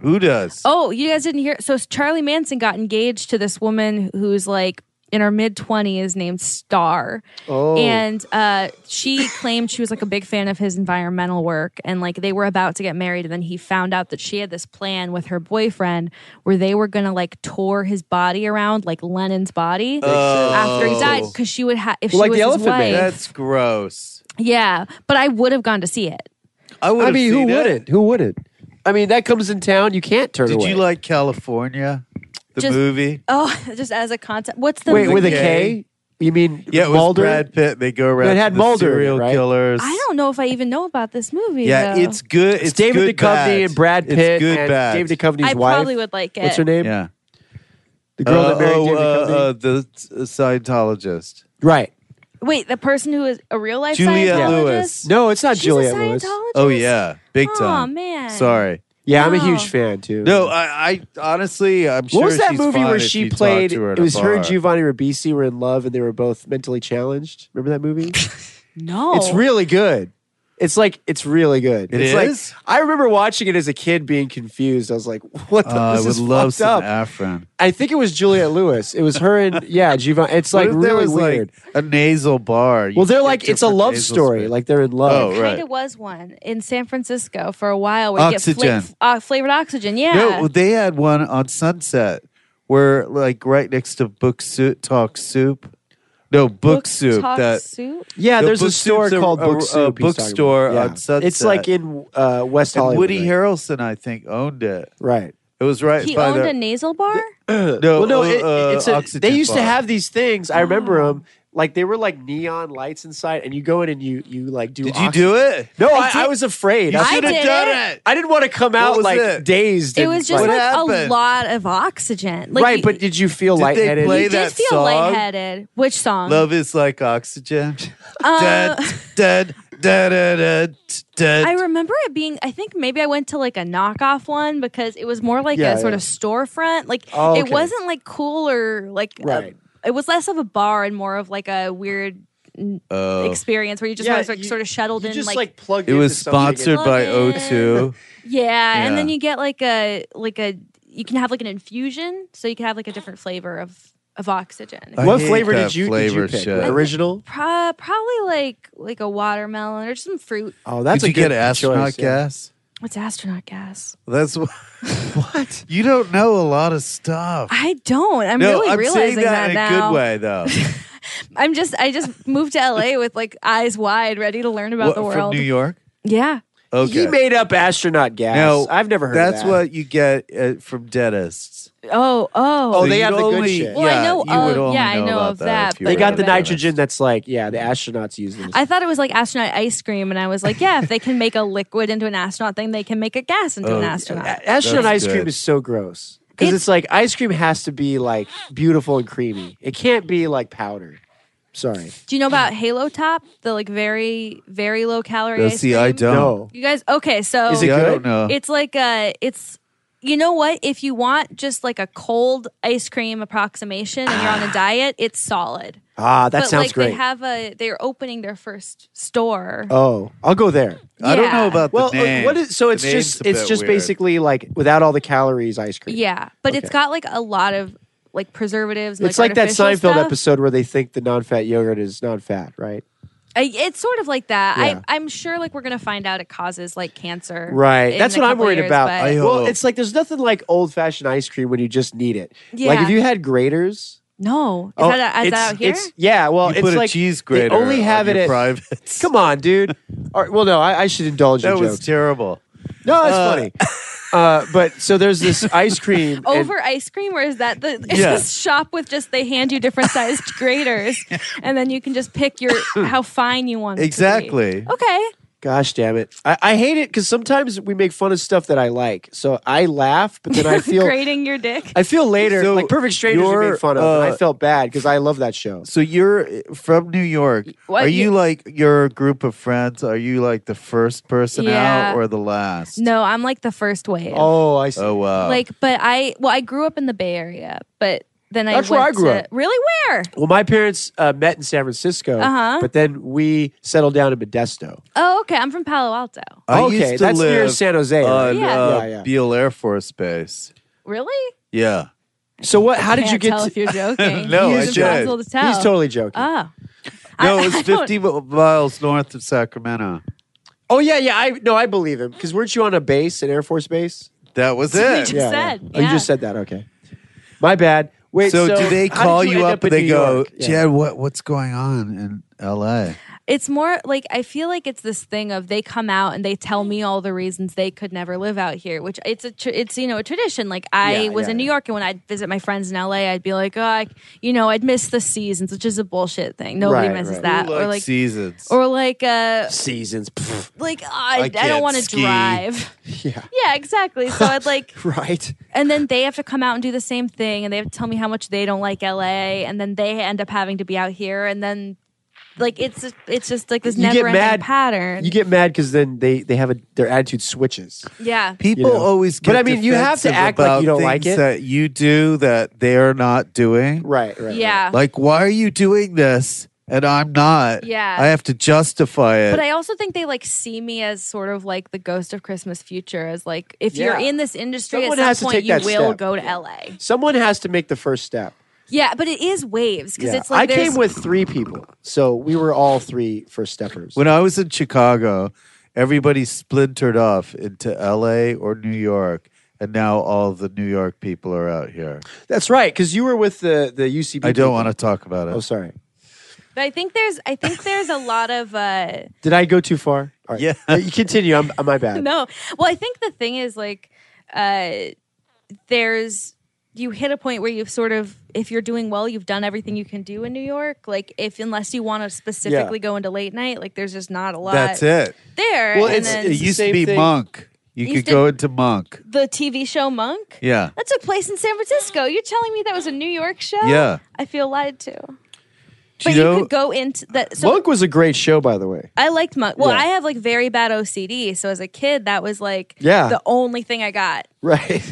Speaker 3: Who does?
Speaker 4: Oh, you guys didn't hear? So Charlie Manson got engaged to this woman who's like in her mid twenties, named Star.
Speaker 2: Oh,
Speaker 4: And uh, she claimed she was like a big fan of his environmental work. And like they were about to get married. And then he found out that she had this plan with her boyfriend where they were going to like tour his body around, like Lennon's body.
Speaker 3: Uh,
Speaker 4: After
Speaker 3: Oh.
Speaker 4: he died, because she would have if
Speaker 2: Well, like
Speaker 4: she was
Speaker 2: the
Speaker 4: his
Speaker 2: Elephant Man.
Speaker 4: wife.
Speaker 3: That's gross.
Speaker 4: Yeah, but I would have gone to see it.
Speaker 3: I would.
Speaker 2: I mean, who wouldn't? Who wouldn't? I mean, that comes in town. You can't turn
Speaker 3: Did
Speaker 2: away.
Speaker 3: you like California, the
Speaker 4: Just-
Speaker 3: movie?
Speaker 4: Oh, *laughs* just as a concept, what's the
Speaker 2: wait with a
Speaker 3: K?
Speaker 2: K? You mean
Speaker 3: Yeah, it was
Speaker 2: Mulder?
Speaker 3: Brad Pitt. They go around.
Speaker 2: It
Speaker 3: to
Speaker 2: had
Speaker 3: the
Speaker 2: Mulder in it,
Speaker 3: serial
Speaker 2: right?
Speaker 3: killers.
Speaker 4: I don't know if I even know about this movie.
Speaker 3: Yeah,
Speaker 4: though.
Speaker 3: it's good. It's,
Speaker 2: It's David
Speaker 3: good bad.
Speaker 2: Duchovny and Brad Pitt
Speaker 3: It's good
Speaker 2: and
Speaker 3: bad.
Speaker 2: David Duchovny's
Speaker 4: I
Speaker 2: wife.
Speaker 4: probably would like it.
Speaker 2: What's her name?
Speaker 3: Yeah.
Speaker 2: The girl
Speaker 3: Uh,
Speaker 2: that married
Speaker 3: oh,
Speaker 2: David
Speaker 3: uh, uh,
Speaker 2: Duchovny.
Speaker 3: the uh, Scientologist.
Speaker 2: right.
Speaker 4: Wait, the person who is a real life
Speaker 3: Juliette
Speaker 4: Scientologist?
Speaker 3: Lewis.
Speaker 2: No, it's not
Speaker 4: She's a
Speaker 2: Juliet Lewis.
Speaker 4: Scientologist?
Speaker 3: Oh yeah, big
Speaker 4: Aw,
Speaker 3: time.
Speaker 4: man.
Speaker 3: Sorry.
Speaker 2: Yeah, I'm a
Speaker 4: Wow.
Speaker 2: huge fan too.
Speaker 3: No, I, I honestly, I'm sure.
Speaker 2: what was that
Speaker 3: she's
Speaker 2: movie
Speaker 3: fine
Speaker 2: where
Speaker 3: if
Speaker 2: she
Speaker 3: you talk
Speaker 2: played?
Speaker 3: to her at a
Speaker 2: It was her and
Speaker 3: bar.
Speaker 2: Giovanni Ribisi were in love, and they were both mentally challenged. Remember
Speaker 4: *laughs*
Speaker 2: that movie?
Speaker 4: No.
Speaker 2: It's really good. It's like it's really good.
Speaker 3: It
Speaker 2: it's like-
Speaker 3: is?
Speaker 2: I remember watching it as a kid, being confused. I was like, "What? The,
Speaker 3: Uh, I
Speaker 2: this
Speaker 3: would
Speaker 2: is
Speaker 3: love
Speaker 2: fucked up."
Speaker 3: some Afrin.
Speaker 2: I think it was Juliette Lewis. It was
Speaker 3: *laughs*
Speaker 2: her and yeah, Giovanni. It's like
Speaker 3: What if there
Speaker 2: really
Speaker 3: was,
Speaker 2: weird.
Speaker 3: Like, a nasal bar. You
Speaker 2: well, they're
Speaker 3: get
Speaker 2: like it's a
Speaker 3: different
Speaker 2: love
Speaker 3: nasal
Speaker 2: story.
Speaker 3: spray.
Speaker 2: Like they're in love.
Speaker 3: Oh, right.
Speaker 4: Kind of was one in San Francisco for a while. Where You get
Speaker 3: Oxygen.
Speaker 4: fla- uh, flavored oxygen. Yeah.
Speaker 3: no, well, they had one on Sunset where, like, right next to Book Soup Talk Soup. No, Book,
Speaker 4: Book
Speaker 3: Soup.
Speaker 4: Talk
Speaker 3: That
Speaker 4: soup.
Speaker 2: Yeah,
Speaker 3: The
Speaker 2: there's a
Speaker 3: Book
Speaker 2: store
Speaker 3: Soup's a-
Speaker 2: called
Speaker 3: a-
Speaker 2: Book
Speaker 3: a
Speaker 2: Soup. he's talking
Speaker 3: bookstore
Speaker 2: about.
Speaker 3: on Sunset.
Speaker 2: It's like in uh, West
Speaker 3: and
Speaker 2: Hollywood.
Speaker 3: Woody
Speaker 2: right?
Speaker 3: Harrelson, I think, owned it.
Speaker 2: Right.
Speaker 3: It was right
Speaker 4: He
Speaker 3: by
Speaker 4: owned
Speaker 3: the
Speaker 4: a nasal bar.
Speaker 3: no,
Speaker 2: Well, no,
Speaker 3: uh,
Speaker 2: it-
Speaker 3: uh,
Speaker 2: it's a,
Speaker 3: oxygen
Speaker 2: they used to
Speaker 3: bar. Ah.
Speaker 2: have these things. I remember them. Like they were like neon lights inside, and you go in and you you like do.
Speaker 3: Did you do it?
Speaker 2: No, I,
Speaker 4: did-
Speaker 2: I, was afraid.
Speaker 3: You
Speaker 2: I,
Speaker 4: I
Speaker 3: should have
Speaker 4: did
Speaker 3: done
Speaker 4: it.
Speaker 3: it.
Speaker 2: I didn't want to come out
Speaker 3: was
Speaker 2: like
Speaker 3: it?
Speaker 2: dazed.
Speaker 4: It
Speaker 2: and,
Speaker 4: was just
Speaker 2: like-
Speaker 4: like
Speaker 3: happened?
Speaker 4: a lot of oxygen. Like
Speaker 2: right,
Speaker 4: you-
Speaker 2: but did you feel
Speaker 3: Did they
Speaker 2: lightheaded?
Speaker 3: play
Speaker 4: you
Speaker 3: that
Speaker 4: did feel
Speaker 3: song?
Speaker 4: lightheaded. Which song?
Speaker 3: Love is like oxygen.
Speaker 2: *laughs*
Speaker 4: Uh,
Speaker 3: Dead, dead, dead, dead, dead.
Speaker 4: I remember it being. I think maybe I went to like a knockoff one because it was more like
Speaker 2: Yeah,
Speaker 4: a sort
Speaker 2: yeah.
Speaker 4: of storefront. Like
Speaker 2: Oh,
Speaker 4: it
Speaker 2: okay.
Speaker 4: wasn't like cool or like. a-
Speaker 2: Right.
Speaker 4: it was less of a bar and more of like a weird
Speaker 3: Oh.
Speaker 4: experience where you just
Speaker 2: Yeah,
Speaker 4: was like
Speaker 2: you-
Speaker 4: sort of shuttled
Speaker 2: You
Speaker 4: in
Speaker 2: just
Speaker 4: like,
Speaker 2: like, plugged.
Speaker 3: It
Speaker 2: into
Speaker 3: was
Speaker 2: something and-
Speaker 3: sponsored by
Speaker 4: Plug in.
Speaker 3: O2.
Speaker 4: yeah, and then
Speaker 3: Yeah.
Speaker 4: you get like a like a you can have like an infusion so you can have like a different flavor of of oxygen.
Speaker 3: I
Speaker 2: What
Speaker 3: hate
Speaker 2: flavor
Speaker 3: that
Speaker 2: did you, did you
Speaker 3: flavor
Speaker 2: pick?
Speaker 3: shit.
Speaker 2: Original.
Speaker 4: Pro- probably like like a watermelon or some fruit.
Speaker 2: Oh, that's
Speaker 3: Did
Speaker 2: a
Speaker 3: you
Speaker 2: good
Speaker 3: get astronaut
Speaker 2: choice, yeah.
Speaker 3: gas?
Speaker 4: What's astronaut gas?
Speaker 3: That's what. *laughs*
Speaker 2: What?
Speaker 3: You don't know a lot of stuff.
Speaker 4: I don't. I'm
Speaker 3: no,
Speaker 4: really
Speaker 3: I'm saying
Speaker 4: realizing
Speaker 3: that, in a
Speaker 4: now.
Speaker 3: good way,
Speaker 2: *laughs*
Speaker 3: though.
Speaker 4: I'm just I just moved to LA with like eyes wide, ready to learn about
Speaker 3: What,
Speaker 4: the
Speaker 3: From
Speaker 4: world.
Speaker 3: New York?
Speaker 4: Yeah.
Speaker 3: Okay.
Speaker 2: He made up astronaut gas.
Speaker 3: No,
Speaker 2: I've never heard. of
Speaker 3: That's
Speaker 2: that.
Speaker 3: what you get uh, from dentists.
Speaker 4: Oh,
Speaker 2: Oh,
Speaker 4: oh.
Speaker 2: they
Speaker 3: you'd
Speaker 2: have the good
Speaker 3: only-
Speaker 2: shit.
Speaker 4: Well, I know
Speaker 3: you would
Speaker 4: of-
Speaker 3: only
Speaker 4: yeah, I know
Speaker 3: about
Speaker 4: of that,
Speaker 3: if you
Speaker 2: They
Speaker 3: were
Speaker 2: got
Speaker 3: a
Speaker 2: the
Speaker 4: Right.
Speaker 2: nitrogen.
Speaker 3: dentist.
Speaker 2: That's like yeah, the astronauts use them.
Speaker 4: I thought it was like astronaut ice cream, and I was like, yeah, if they can make a liquid into an astronaut thing, they can make a gas into
Speaker 3: Oh,
Speaker 4: an
Speaker 3: yeah.
Speaker 4: astronaut.
Speaker 2: A- astronaut
Speaker 3: That's
Speaker 2: ice cream
Speaker 3: good.
Speaker 2: is so gross because
Speaker 4: It's-
Speaker 2: it's, like ice cream has to be like beautiful and creamy. It can't be like powder. Sorry,
Speaker 4: Do you know about Halo Top? The like very, very low calorie
Speaker 3: No,
Speaker 4: ice
Speaker 3: see,
Speaker 4: cream?
Speaker 3: I don't.
Speaker 2: no.
Speaker 4: You guys, okay, so
Speaker 2: Is it
Speaker 3: See, I
Speaker 2: good?
Speaker 3: don't know.
Speaker 4: it's like a, it's, you know what? If you want just like a cold ice cream approximation and
Speaker 3: *sighs*
Speaker 4: you're on a diet, it's solid.
Speaker 2: Ah, that
Speaker 4: but
Speaker 2: sounds
Speaker 4: like
Speaker 2: great.
Speaker 4: they have a, they're opening their first store.
Speaker 2: oh, I'll go there.
Speaker 3: I don't
Speaker 4: Yeah.
Speaker 3: know about
Speaker 2: Well,
Speaker 3: the name.
Speaker 2: uh, what is so?
Speaker 3: The
Speaker 2: It's
Speaker 3: name's
Speaker 2: just
Speaker 3: a
Speaker 2: it's
Speaker 3: bit
Speaker 2: just
Speaker 3: weird.
Speaker 2: basically like without all the calories ice cream.
Speaker 4: Yeah, but it's
Speaker 2: Okay.
Speaker 4: got like a lot of like preservatives. And,
Speaker 2: It's like, that
Speaker 4: artificial
Speaker 2: Seinfeld
Speaker 4: stuff.
Speaker 2: episode where they think the non-fat yogurt is non-fat, right?
Speaker 4: I, it's sort of like that.
Speaker 2: Yeah.
Speaker 4: I, I'm sure, like we're gonna find out, it causes like cancer.
Speaker 2: Right.
Speaker 4: in
Speaker 2: That's
Speaker 4: a
Speaker 2: what I'm
Speaker 4: couple
Speaker 2: worried
Speaker 4: years,
Speaker 2: about.
Speaker 4: but-
Speaker 3: I hope-
Speaker 2: Well, it's like there's nothing like old-fashioned ice cream when you just need it. Like
Speaker 4: Yeah.
Speaker 2: if you had graters.
Speaker 4: no, is
Speaker 2: oh,
Speaker 4: that, is
Speaker 2: it's-
Speaker 4: that out here?
Speaker 2: It's, yeah. Well,
Speaker 3: You
Speaker 2: it's
Speaker 3: put
Speaker 2: like
Speaker 3: a cheese grater.
Speaker 2: They only
Speaker 3: on
Speaker 2: have it
Speaker 3: your
Speaker 2: at
Speaker 3: privates.
Speaker 2: *laughs* Come on,
Speaker 3: *laughs*
Speaker 2: dude. All right, well, no, I, I should indulge in
Speaker 3: That was
Speaker 2: jokes.
Speaker 3: terrible.
Speaker 2: no, that's
Speaker 3: uh, *laughs*
Speaker 2: funny. Uh, but so there's this
Speaker 4: *laughs*
Speaker 2: ice cream. and-
Speaker 4: Over ice cream, or is that the *laughs* is
Speaker 3: Yeah.
Speaker 4: this shop with just they hand you different
Speaker 2: *laughs*
Speaker 4: sized graters, and then you can just pick
Speaker 2: *coughs*
Speaker 4: your how fine you want. it to be.
Speaker 3: Exactly.
Speaker 4: Okay.
Speaker 2: gosh damn it, I, I hate it because sometimes we make fun of stuff that I like. So I laugh, but then
Speaker 4: *laughs*
Speaker 2: I feel
Speaker 4: grating your dick.
Speaker 2: I feel later
Speaker 3: So
Speaker 2: like Perfect Strangers we
Speaker 3: you're,
Speaker 2: made fun of. and
Speaker 3: uh,
Speaker 2: I felt bad because I love that show.
Speaker 3: So you're from New York.
Speaker 4: What,
Speaker 3: Are you,
Speaker 4: you-
Speaker 3: like your group of friends? Are you like the first person
Speaker 4: Yeah.
Speaker 3: out or the last?
Speaker 4: No, I'm like the first wave.
Speaker 2: Oh, I see.
Speaker 3: Oh wow.
Speaker 4: Like, but I well, I grew up in the Bay Area, but then I
Speaker 2: That's
Speaker 4: went
Speaker 2: where I grew
Speaker 4: to,
Speaker 2: up.
Speaker 4: Really, where?
Speaker 2: Well, my parents uh, met in San Francisco,
Speaker 4: Uh-huh.
Speaker 2: but then we settled down in Modesto.
Speaker 4: Oh, okay. I'm from Palo Alto.
Speaker 3: I
Speaker 2: okay,
Speaker 3: used to
Speaker 2: that's
Speaker 3: live
Speaker 2: near San Jose. right?
Speaker 3: on
Speaker 4: Yeah.
Speaker 3: uh,
Speaker 2: Yeah, yeah.
Speaker 3: Beale Air Force Base.
Speaker 4: Really?
Speaker 3: Yeah.
Speaker 2: So what? How did
Speaker 4: Can't
Speaker 2: you get?
Speaker 4: tell
Speaker 2: To,
Speaker 4: if
Speaker 2: *laughs*
Speaker 4: you're joking?
Speaker 3: No,
Speaker 4: He's
Speaker 3: I did.
Speaker 4: responsible to tell.
Speaker 2: he's totally joking.
Speaker 4: Oh,
Speaker 3: No,
Speaker 4: I-
Speaker 3: it was
Speaker 4: *laughs* I don't-
Speaker 3: 50 mi- miles north of Sacramento.
Speaker 2: oh yeah, yeah. I no, I believe him because weren't you on a base, an Air Force base?
Speaker 3: That was
Speaker 4: That's
Speaker 3: it.
Speaker 4: what you just said.
Speaker 2: Oh, you
Speaker 4: Yeah.
Speaker 2: just said that. Okay. My bad. Wait.
Speaker 3: So,
Speaker 2: So,
Speaker 3: do they
Speaker 2: how
Speaker 3: call
Speaker 2: did
Speaker 3: you,
Speaker 2: end
Speaker 3: up and
Speaker 2: in
Speaker 3: they
Speaker 2: New
Speaker 3: go,
Speaker 2: York? Yeah.
Speaker 3: Jed, what, what's going on in LA?
Speaker 4: it's more like I feel like it's this thing of they come out and they tell me all the reasons they could never live out here, which it's a tr- it's you know a tradition. Like I
Speaker 2: Yeah,
Speaker 4: was
Speaker 2: yeah,
Speaker 4: in New
Speaker 2: yeah.
Speaker 4: York and when I'd visit my friends in LA, I'd be like, oh, I, you know, I'd miss the seasons, which is a bullshit thing. Nobody
Speaker 2: Right,
Speaker 4: misses
Speaker 2: right.
Speaker 4: that,
Speaker 3: Who
Speaker 4: or
Speaker 3: likes
Speaker 4: like
Speaker 3: seasons.
Speaker 4: or like uh
Speaker 2: Seasons. Pff,
Speaker 4: like I, I,
Speaker 3: can't
Speaker 4: don't want to
Speaker 3: ski.
Speaker 4: drive.
Speaker 2: *laughs* yeah.
Speaker 4: Yeah, exactly. So
Speaker 2: *laughs*
Speaker 4: I'd like
Speaker 2: *laughs* Right.
Speaker 4: and then they have to come out and do the same thing and they have to tell me how much they don't like LA and then they end up having to be out here and then like it's it's just like this
Speaker 2: You get
Speaker 4: never ending
Speaker 2: mad-
Speaker 4: pattern.
Speaker 2: You get mad because then they they have a their attitude switches.
Speaker 4: yeah.
Speaker 3: People
Speaker 2: You know.
Speaker 3: always get
Speaker 2: But I mean, you have to
Speaker 3: defensive
Speaker 2: act like
Speaker 3: about
Speaker 2: you don't like
Speaker 3: things
Speaker 2: it.
Speaker 3: that you do that they're not doing.
Speaker 2: Right. Right.
Speaker 4: Yeah.
Speaker 3: Like, why are you doing this and I'm not?
Speaker 4: Yeah.
Speaker 3: I have to justify it.
Speaker 4: But I also think they like see me as sort of like the ghost of Christmas future, as like if you're
Speaker 2: Yeah.
Speaker 4: in this industry
Speaker 2: Someone
Speaker 4: at
Speaker 2: has to
Speaker 4: some point
Speaker 2: take
Speaker 4: you
Speaker 2: that
Speaker 4: will
Speaker 2: step.
Speaker 4: go to LA.
Speaker 2: Someone has to make the first step.
Speaker 4: Yeah, but it is waves because
Speaker 2: Yeah.
Speaker 4: it's like
Speaker 2: I
Speaker 4: there's-
Speaker 2: came with three people, so we were all three first steppers.
Speaker 3: when I was in Chicago, everybody splintered off into LA or New York. And now all the New York people are out here.
Speaker 2: That's right, because you were with the the UCB.
Speaker 3: I don't want to talk about it.
Speaker 2: Oh, sorry.
Speaker 4: But I think there's I think there's a lot of uh
Speaker 2: Did I go too far? All right.
Speaker 3: Yeah.
Speaker 2: You continue. I'm, I'm
Speaker 4: *laughs*
Speaker 2: my bad.
Speaker 4: no. Well, I think the thing is like uh there's you hit a point where you've sort of if you're doing well, you've done everything you can do in New York. Like if unless you want to specifically go into late night, like there's just not a lot
Speaker 3: That's it. uh,
Speaker 4: there.
Speaker 2: Well,
Speaker 4: and
Speaker 2: it's-
Speaker 4: then
Speaker 3: It
Speaker 2: the
Speaker 3: used to
Speaker 2: same
Speaker 3: be
Speaker 2: thing-
Speaker 3: Monk. You
Speaker 4: Used
Speaker 3: could
Speaker 4: to-
Speaker 3: go into Monk.
Speaker 4: the TV show Monk.
Speaker 3: Yeah.
Speaker 4: That took place in San Francisco. You're telling me that was a New York show?
Speaker 3: Yeah.
Speaker 4: I feel lied to.
Speaker 3: Do
Speaker 4: But
Speaker 3: you
Speaker 4: you,
Speaker 3: know,
Speaker 4: could go into that. So
Speaker 2: Monk was a great show, by the way.
Speaker 4: I liked Monk. Well,
Speaker 2: Yeah.
Speaker 4: I have like very bad OCD. So as a kid, that was like
Speaker 2: Yeah.
Speaker 4: the only thing I got.
Speaker 2: Right. *laughs*
Speaker 4: like,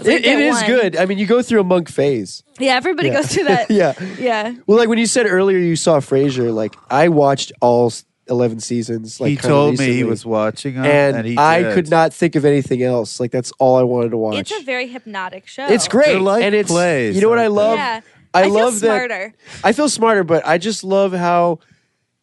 Speaker 2: It,
Speaker 4: get
Speaker 2: it is
Speaker 4: one.
Speaker 2: good. I mean, you go through a Monk phase.
Speaker 4: Yeah, everybody goes through that.
Speaker 2: *laughs* Yeah.
Speaker 4: Yeah.
Speaker 2: Well, like when you said earlier, you saw Frasier. Like I watched all s- eleven seasons. Like
Speaker 3: he
Speaker 2: kinda
Speaker 3: told me he
Speaker 2: recently,
Speaker 3: was watching them,
Speaker 2: and,
Speaker 3: and, he
Speaker 2: I
Speaker 3: did.
Speaker 2: could not think of anything else. Like that's all I wanted to watch.
Speaker 4: It's a very hypnotic show.
Speaker 2: It's great,
Speaker 3: They're like
Speaker 2: and it's
Speaker 3: plays,
Speaker 2: you know what I
Speaker 3: aren't they?
Speaker 2: love.
Speaker 4: Yeah.
Speaker 2: I,
Speaker 4: I feel
Speaker 2: love that.
Speaker 4: smarter.
Speaker 2: I feel smarter, but I just love how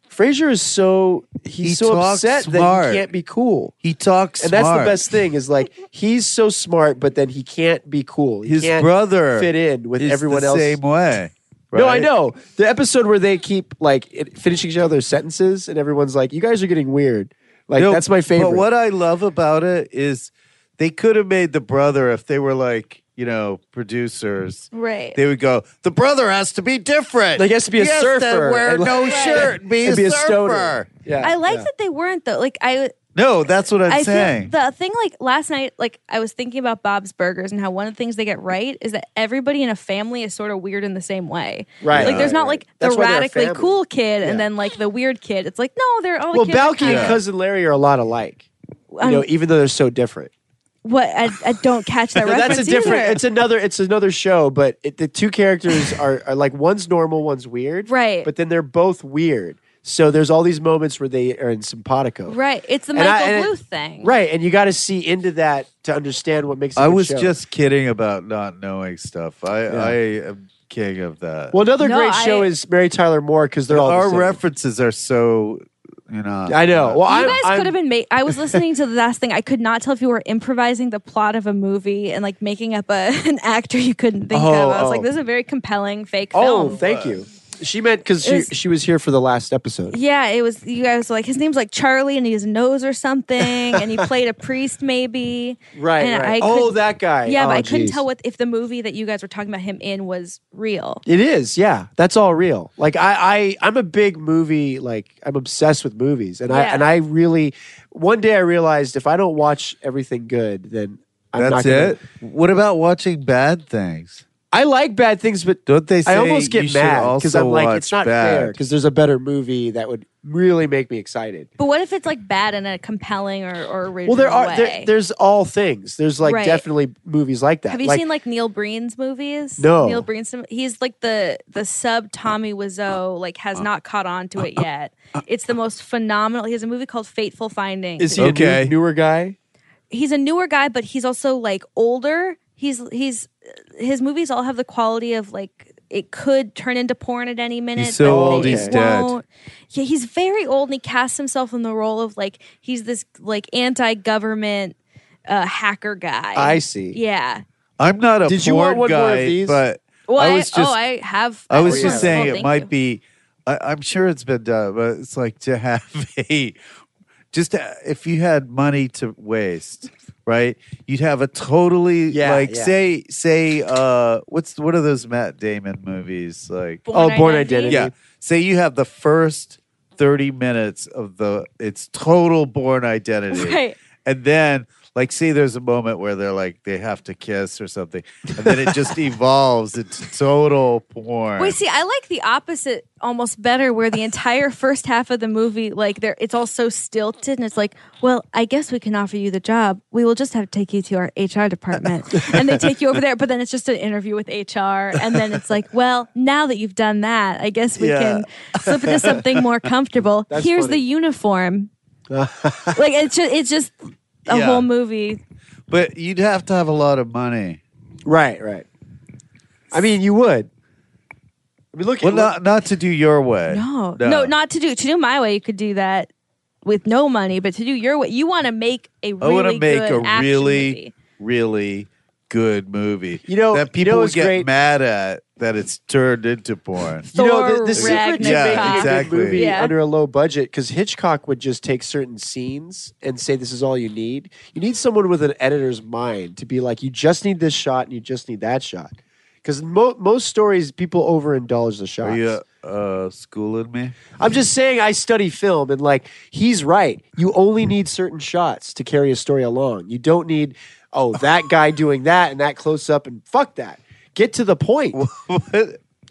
Speaker 2: Frasier is so he's
Speaker 3: He
Speaker 2: so
Speaker 3: talks
Speaker 2: upset that
Speaker 3: smart.
Speaker 2: he can't be cool.
Speaker 3: He talks,
Speaker 2: And that's the
Speaker 3: smart.
Speaker 2: best thing is like he's so smart, but then he can't be cool. He
Speaker 3: His
Speaker 2: can't
Speaker 3: brother
Speaker 2: fit in with
Speaker 3: Is
Speaker 2: everyone
Speaker 3: the
Speaker 2: else.
Speaker 3: same way.
Speaker 2: No, I
Speaker 3: right?
Speaker 2: know the episode where they keep like it, finishing each other's sentences, and everyone's like, "You guys are getting weird." Like
Speaker 3: No,
Speaker 2: that's my favorite.
Speaker 3: But what I love about it is they could have made the brother if they were like you know producers.
Speaker 4: Right.
Speaker 3: They would go. The brother has to be different.
Speaker 2: Like, he has to be a
Speaker 3: He has
Speaker 2: surfer
Speaker 3: wear
Speaker 2: and,
Speaker 3: no
Speaker 2: like-
Speaker 3: shirt. and Be,
Speaker 2: and
Speaker 3: a,
Speaker 2: be a
Speaker 3: surfer.
Speaker 2: stoner. Yeah,
Speaker 4: I like
Speaker 2: yeah.
Speaker 4: that they weren't though. Like I
Speaker 3: No, that's what I'm
Speaker 4: I
Speaker 3: saying.
Speaker 4: feel the thing like last night, like I was thinking about Bob's Burgers and how one of the things they get right is that everybody in a family is sort of weird in the same way.
Speaker 2: Right,
Speaker 4: Like there's
Speaker 2: right,
Speaker 4: not
Speaker 2: right.
Speaker 4: like
Speaker 2: That's
Speaker 4: the
Speaker 2: why they're a
Speaker 4: radically
Speaker 2: family.
Speaker 4: cool kid
Speaker 2: Yeah.
Speaker 4: and then like the weird kid. It's like no, they're all the
Speaker 2: Well,
Speaker 4: kids are
Speaker 2: Balky
Speaker 4: kinda-
Speaker 2: and cousin Larry are a lot alike.
Speaker 4: Um,
Speaker 2: you know, even though they're so different.
Speaker 4: What I, I don't catch that
Speaker 2: No,
Speaker 4: reference.
Speaker 2: *laughs* that's a different.
Speaker 4: either.
Speaker 2: It's another. It's another show, but it, the two characters are, are like one's normal, one's weird.
Speaker 4: Right.
Speaker 2: But then they're both weird. So there's all these moments where they are in simpatico.
Speaker 4: right. It's the
Speaker 2: And I-
Speaker 4: Michael
Speaker 2: and I-
Speaker 4: Bluth thing.
Speaker 2: Right, and you got to see into that to understand what makes. I
Speaker 3: I was just kidding about not knowing stuff. I, I am king of that.
Speaker 2: well. Another
Speaker 4: No,
Speaker 2: great
Speaker 4: I-
Speaker 2: show is Mary Tyler Moore because they're all the
Speaker 3: our
Speaker 2: same.
Speaker 3: references are so you know. uh,
Speaker 2: I know. Well,
Speaker 4: You
Speaker 2: I'm,
Speaker 4: guys
Speaker 2: I'm-
Speaker 4: could have been. Ma- I was listening to the last thing. I could not tell if you were improvising the plot of a movie and like making up a, *laughs* an actor you couldn't think
Speaker 2: Oh,
Speaker 4: of. I was
Speaker 2: oh.
Speaker 4: like, this is a very compelling fake
Speaker 2: Oh,
Speaker 4: film.
Speaker 2: thank you. She meant because she
Speaker 4: It's-
Speaker 2: she was here for the last episode.
Speaker 4: Yeah, it was. You guys were like, his name's like Charlie, and he has a nose or something, and
Speaker 2: *laughs*
Speaker 4: he played a priest, maybe.
Speaker 2: Right.
Speaker 4: And
Speaker 2: right.
Speaker 4: I
Speaker 2: oh,
Speaker 4: couldn't-
Speaker 2: that guy.
Speaker 4: Yeah, but
Speaker 2: Oh,
Speaker 4: I couldn't
Speaker 2: geez.
Speaker 4: tell what if the movie that you guys were talking about him in was real.
Speaker 2: It is, yeah. That's all real. Like I, I I'm a big movie. Like I'm obsessed with movies, and I
Speaker 4: Yeah.
Speaker 2: and I really. One day I realized if I don't watch everything good, then I'm not
Speaker 3: That's
Speaker 2: gonna,
Speaker 3: it. What about watching bad things?
Speaker 2: I like bad things, but
Speaker 3: Don't they say
Speaker 2: I almost
Speaker 3: you
Speaker 2: get
Speaker 3: should
Speaker 2: mad because
Speaker 3: also
Speaker 2: I'm like,
Speaker 3: watch
Speaker 2: it's not
Speaker 3: bad?
Speaker 2: fair because there's a better movie that would really make me excited.
Speaker 4: But what if it's like bad in a compelling or or original
Speaker 2: Well, there are
Speaker 4: way?
Speaker 2: there, there's all things. There's like
Speaker 4: Right.
Speaker 2: definitely movies like that.
Speaker 4: Have you seen like Neil Breen's movies?
Speaker 2: No.
Speaker 4: Neil Breen's he's like the the sub Tommy Wiseau like
Speaker 2: Uh,
Speaker 4: has not caught on to it yet. It's the most phenomenal. He has a movie called Fateful Findings.
Speaker 2: is he a
Speaker 3: Okay.
Speaker 2: new, newer guy?
Speaker 4: he's a newer guy, but he's also like older. He's he's his movies all have the quality of like it could turn into porn at any minute.
Speaker 3: so
Speaker 4: but
Speaker 2: old,
Speaker 4: it
Speaker 2: he's
Speaker 3: dead.
Speaker 4: won't. Yeah, he's very old, and he casts himself in the role of like he's this like anti-government uh, hacker guy.
Speaker 2: I see.
Speaker 4: Yeah.
Speaker 3: I'm not a
Speaker 2: Did you want
Speaker 3: porn
Speaker 2: one
Speaker 3: guy,
Speaker 2: more of these?
Speaker 3: but
Speaker 4: Well,
Speaker 3: I
Speaker 4: I
Speaker 3: was just
Speaker 4: oh, I have.
Speaker 3: I was
Speaker 4: have
Speaker 2: Oh,
Speaker 4: one.
Speaker 2: yeah.
Speaker 3: just saying
Speaker 4: Well,
Speaker 3: it
Speaker 4: thank
Speaker 3: might
Speaker 4: you.
Speaker 3: be. I, I'm sure it's been done, but it's like to have *laughs* a just to, if you had money to waste, right? You'd have a totally
Speaker 2: Yeah,
Speaker 3: like
Speaker 2: yeah.
Speaker 3: say say uh what's what are those Matt Damon movies like?
Speaker 2: Oh, Born Identity.
Speaker 3: Yeah, say you have the first thirty minutes of the it's total born identity,
Speaker 4: *laughs* Right.
Speaker 3: And then Like, say there's a moment where they're like they have to kiss or something, and then it
Speaker 2: *laughs*
Speaker 3: just evolves into total porn.
Speaker 4: Wait, see, I like the opposite almost better, where the entire first half of the movie, like, there, it's all so stilted, and it's like, well, I guess we can offer you the job. We will just have to take you to our HR department, and they take you over there. But then it's just an interview with HR, and then it's like, well, now that you've done that, I guess we
Speaker 3: Yeah.
Speaker 4: can slip into something more
Speaker 3: *laughs*
Speaker 4: comfortable.
Speaker 2: That's
Speaker 4: Here's
Speaker 2: funny.
Speaker 4: the uniform. like it's just, it's just a
Speaker 3: Yeah.
Speaker 4: whole movie.
Speaker 3: but you'd have to have a lot of money.
Speaker 2: Right, right. I mean, you would. I mean, look
Speaker 3: Well,
Speaker 2: at look-
Speaker 3: not not to do your way.
Speaker 4: No, no, not to do to do my way. You could do that with no money, but to do your way, you want to make a
Speaker 3: I
Speaker 4: really
Speaker 3: want to make
Speaker 4: good
Speaker 3: a
Speaker 4: action
Speaker 3: really,
Speaker 4: movie.
Speaker 3: really good movie.
Speaker 2: You know-
Speaker 3: that
Speaker 2: you know
Speaker 3: people
Speaker 2: what's
Speaker 3: get
Speaker 2: great-
Speaker 3: mad at that it's turned into porn.
Speaker 2: you know, the,
Speaker 4: Thor
Speaker 2: the secret to
Speaker 3: Yeah,
Speaker 2: making a
Speaker 3: exactly.
Speaker 2: good movie
Speaker 4: Yeah.
Speaker 2: under a low budget, because Hitchcock would just take certain scenes and say, "This is all you need." You need someone with an editor's mind to be like, "You just need this shot and you just need that shot," because mo- most stories people overindulge the shots.
Speaker 3: Are you uh, schooling me?
Speaker 2: I'm just saying I study film and like he's right. You only need certain shots to carry a story along. You don't need oh
Speaker 3: *laughs*
Speaker 2: that guy doing that and that close up and fuck that. Get to the point.
Speaker 3: *laughs* What?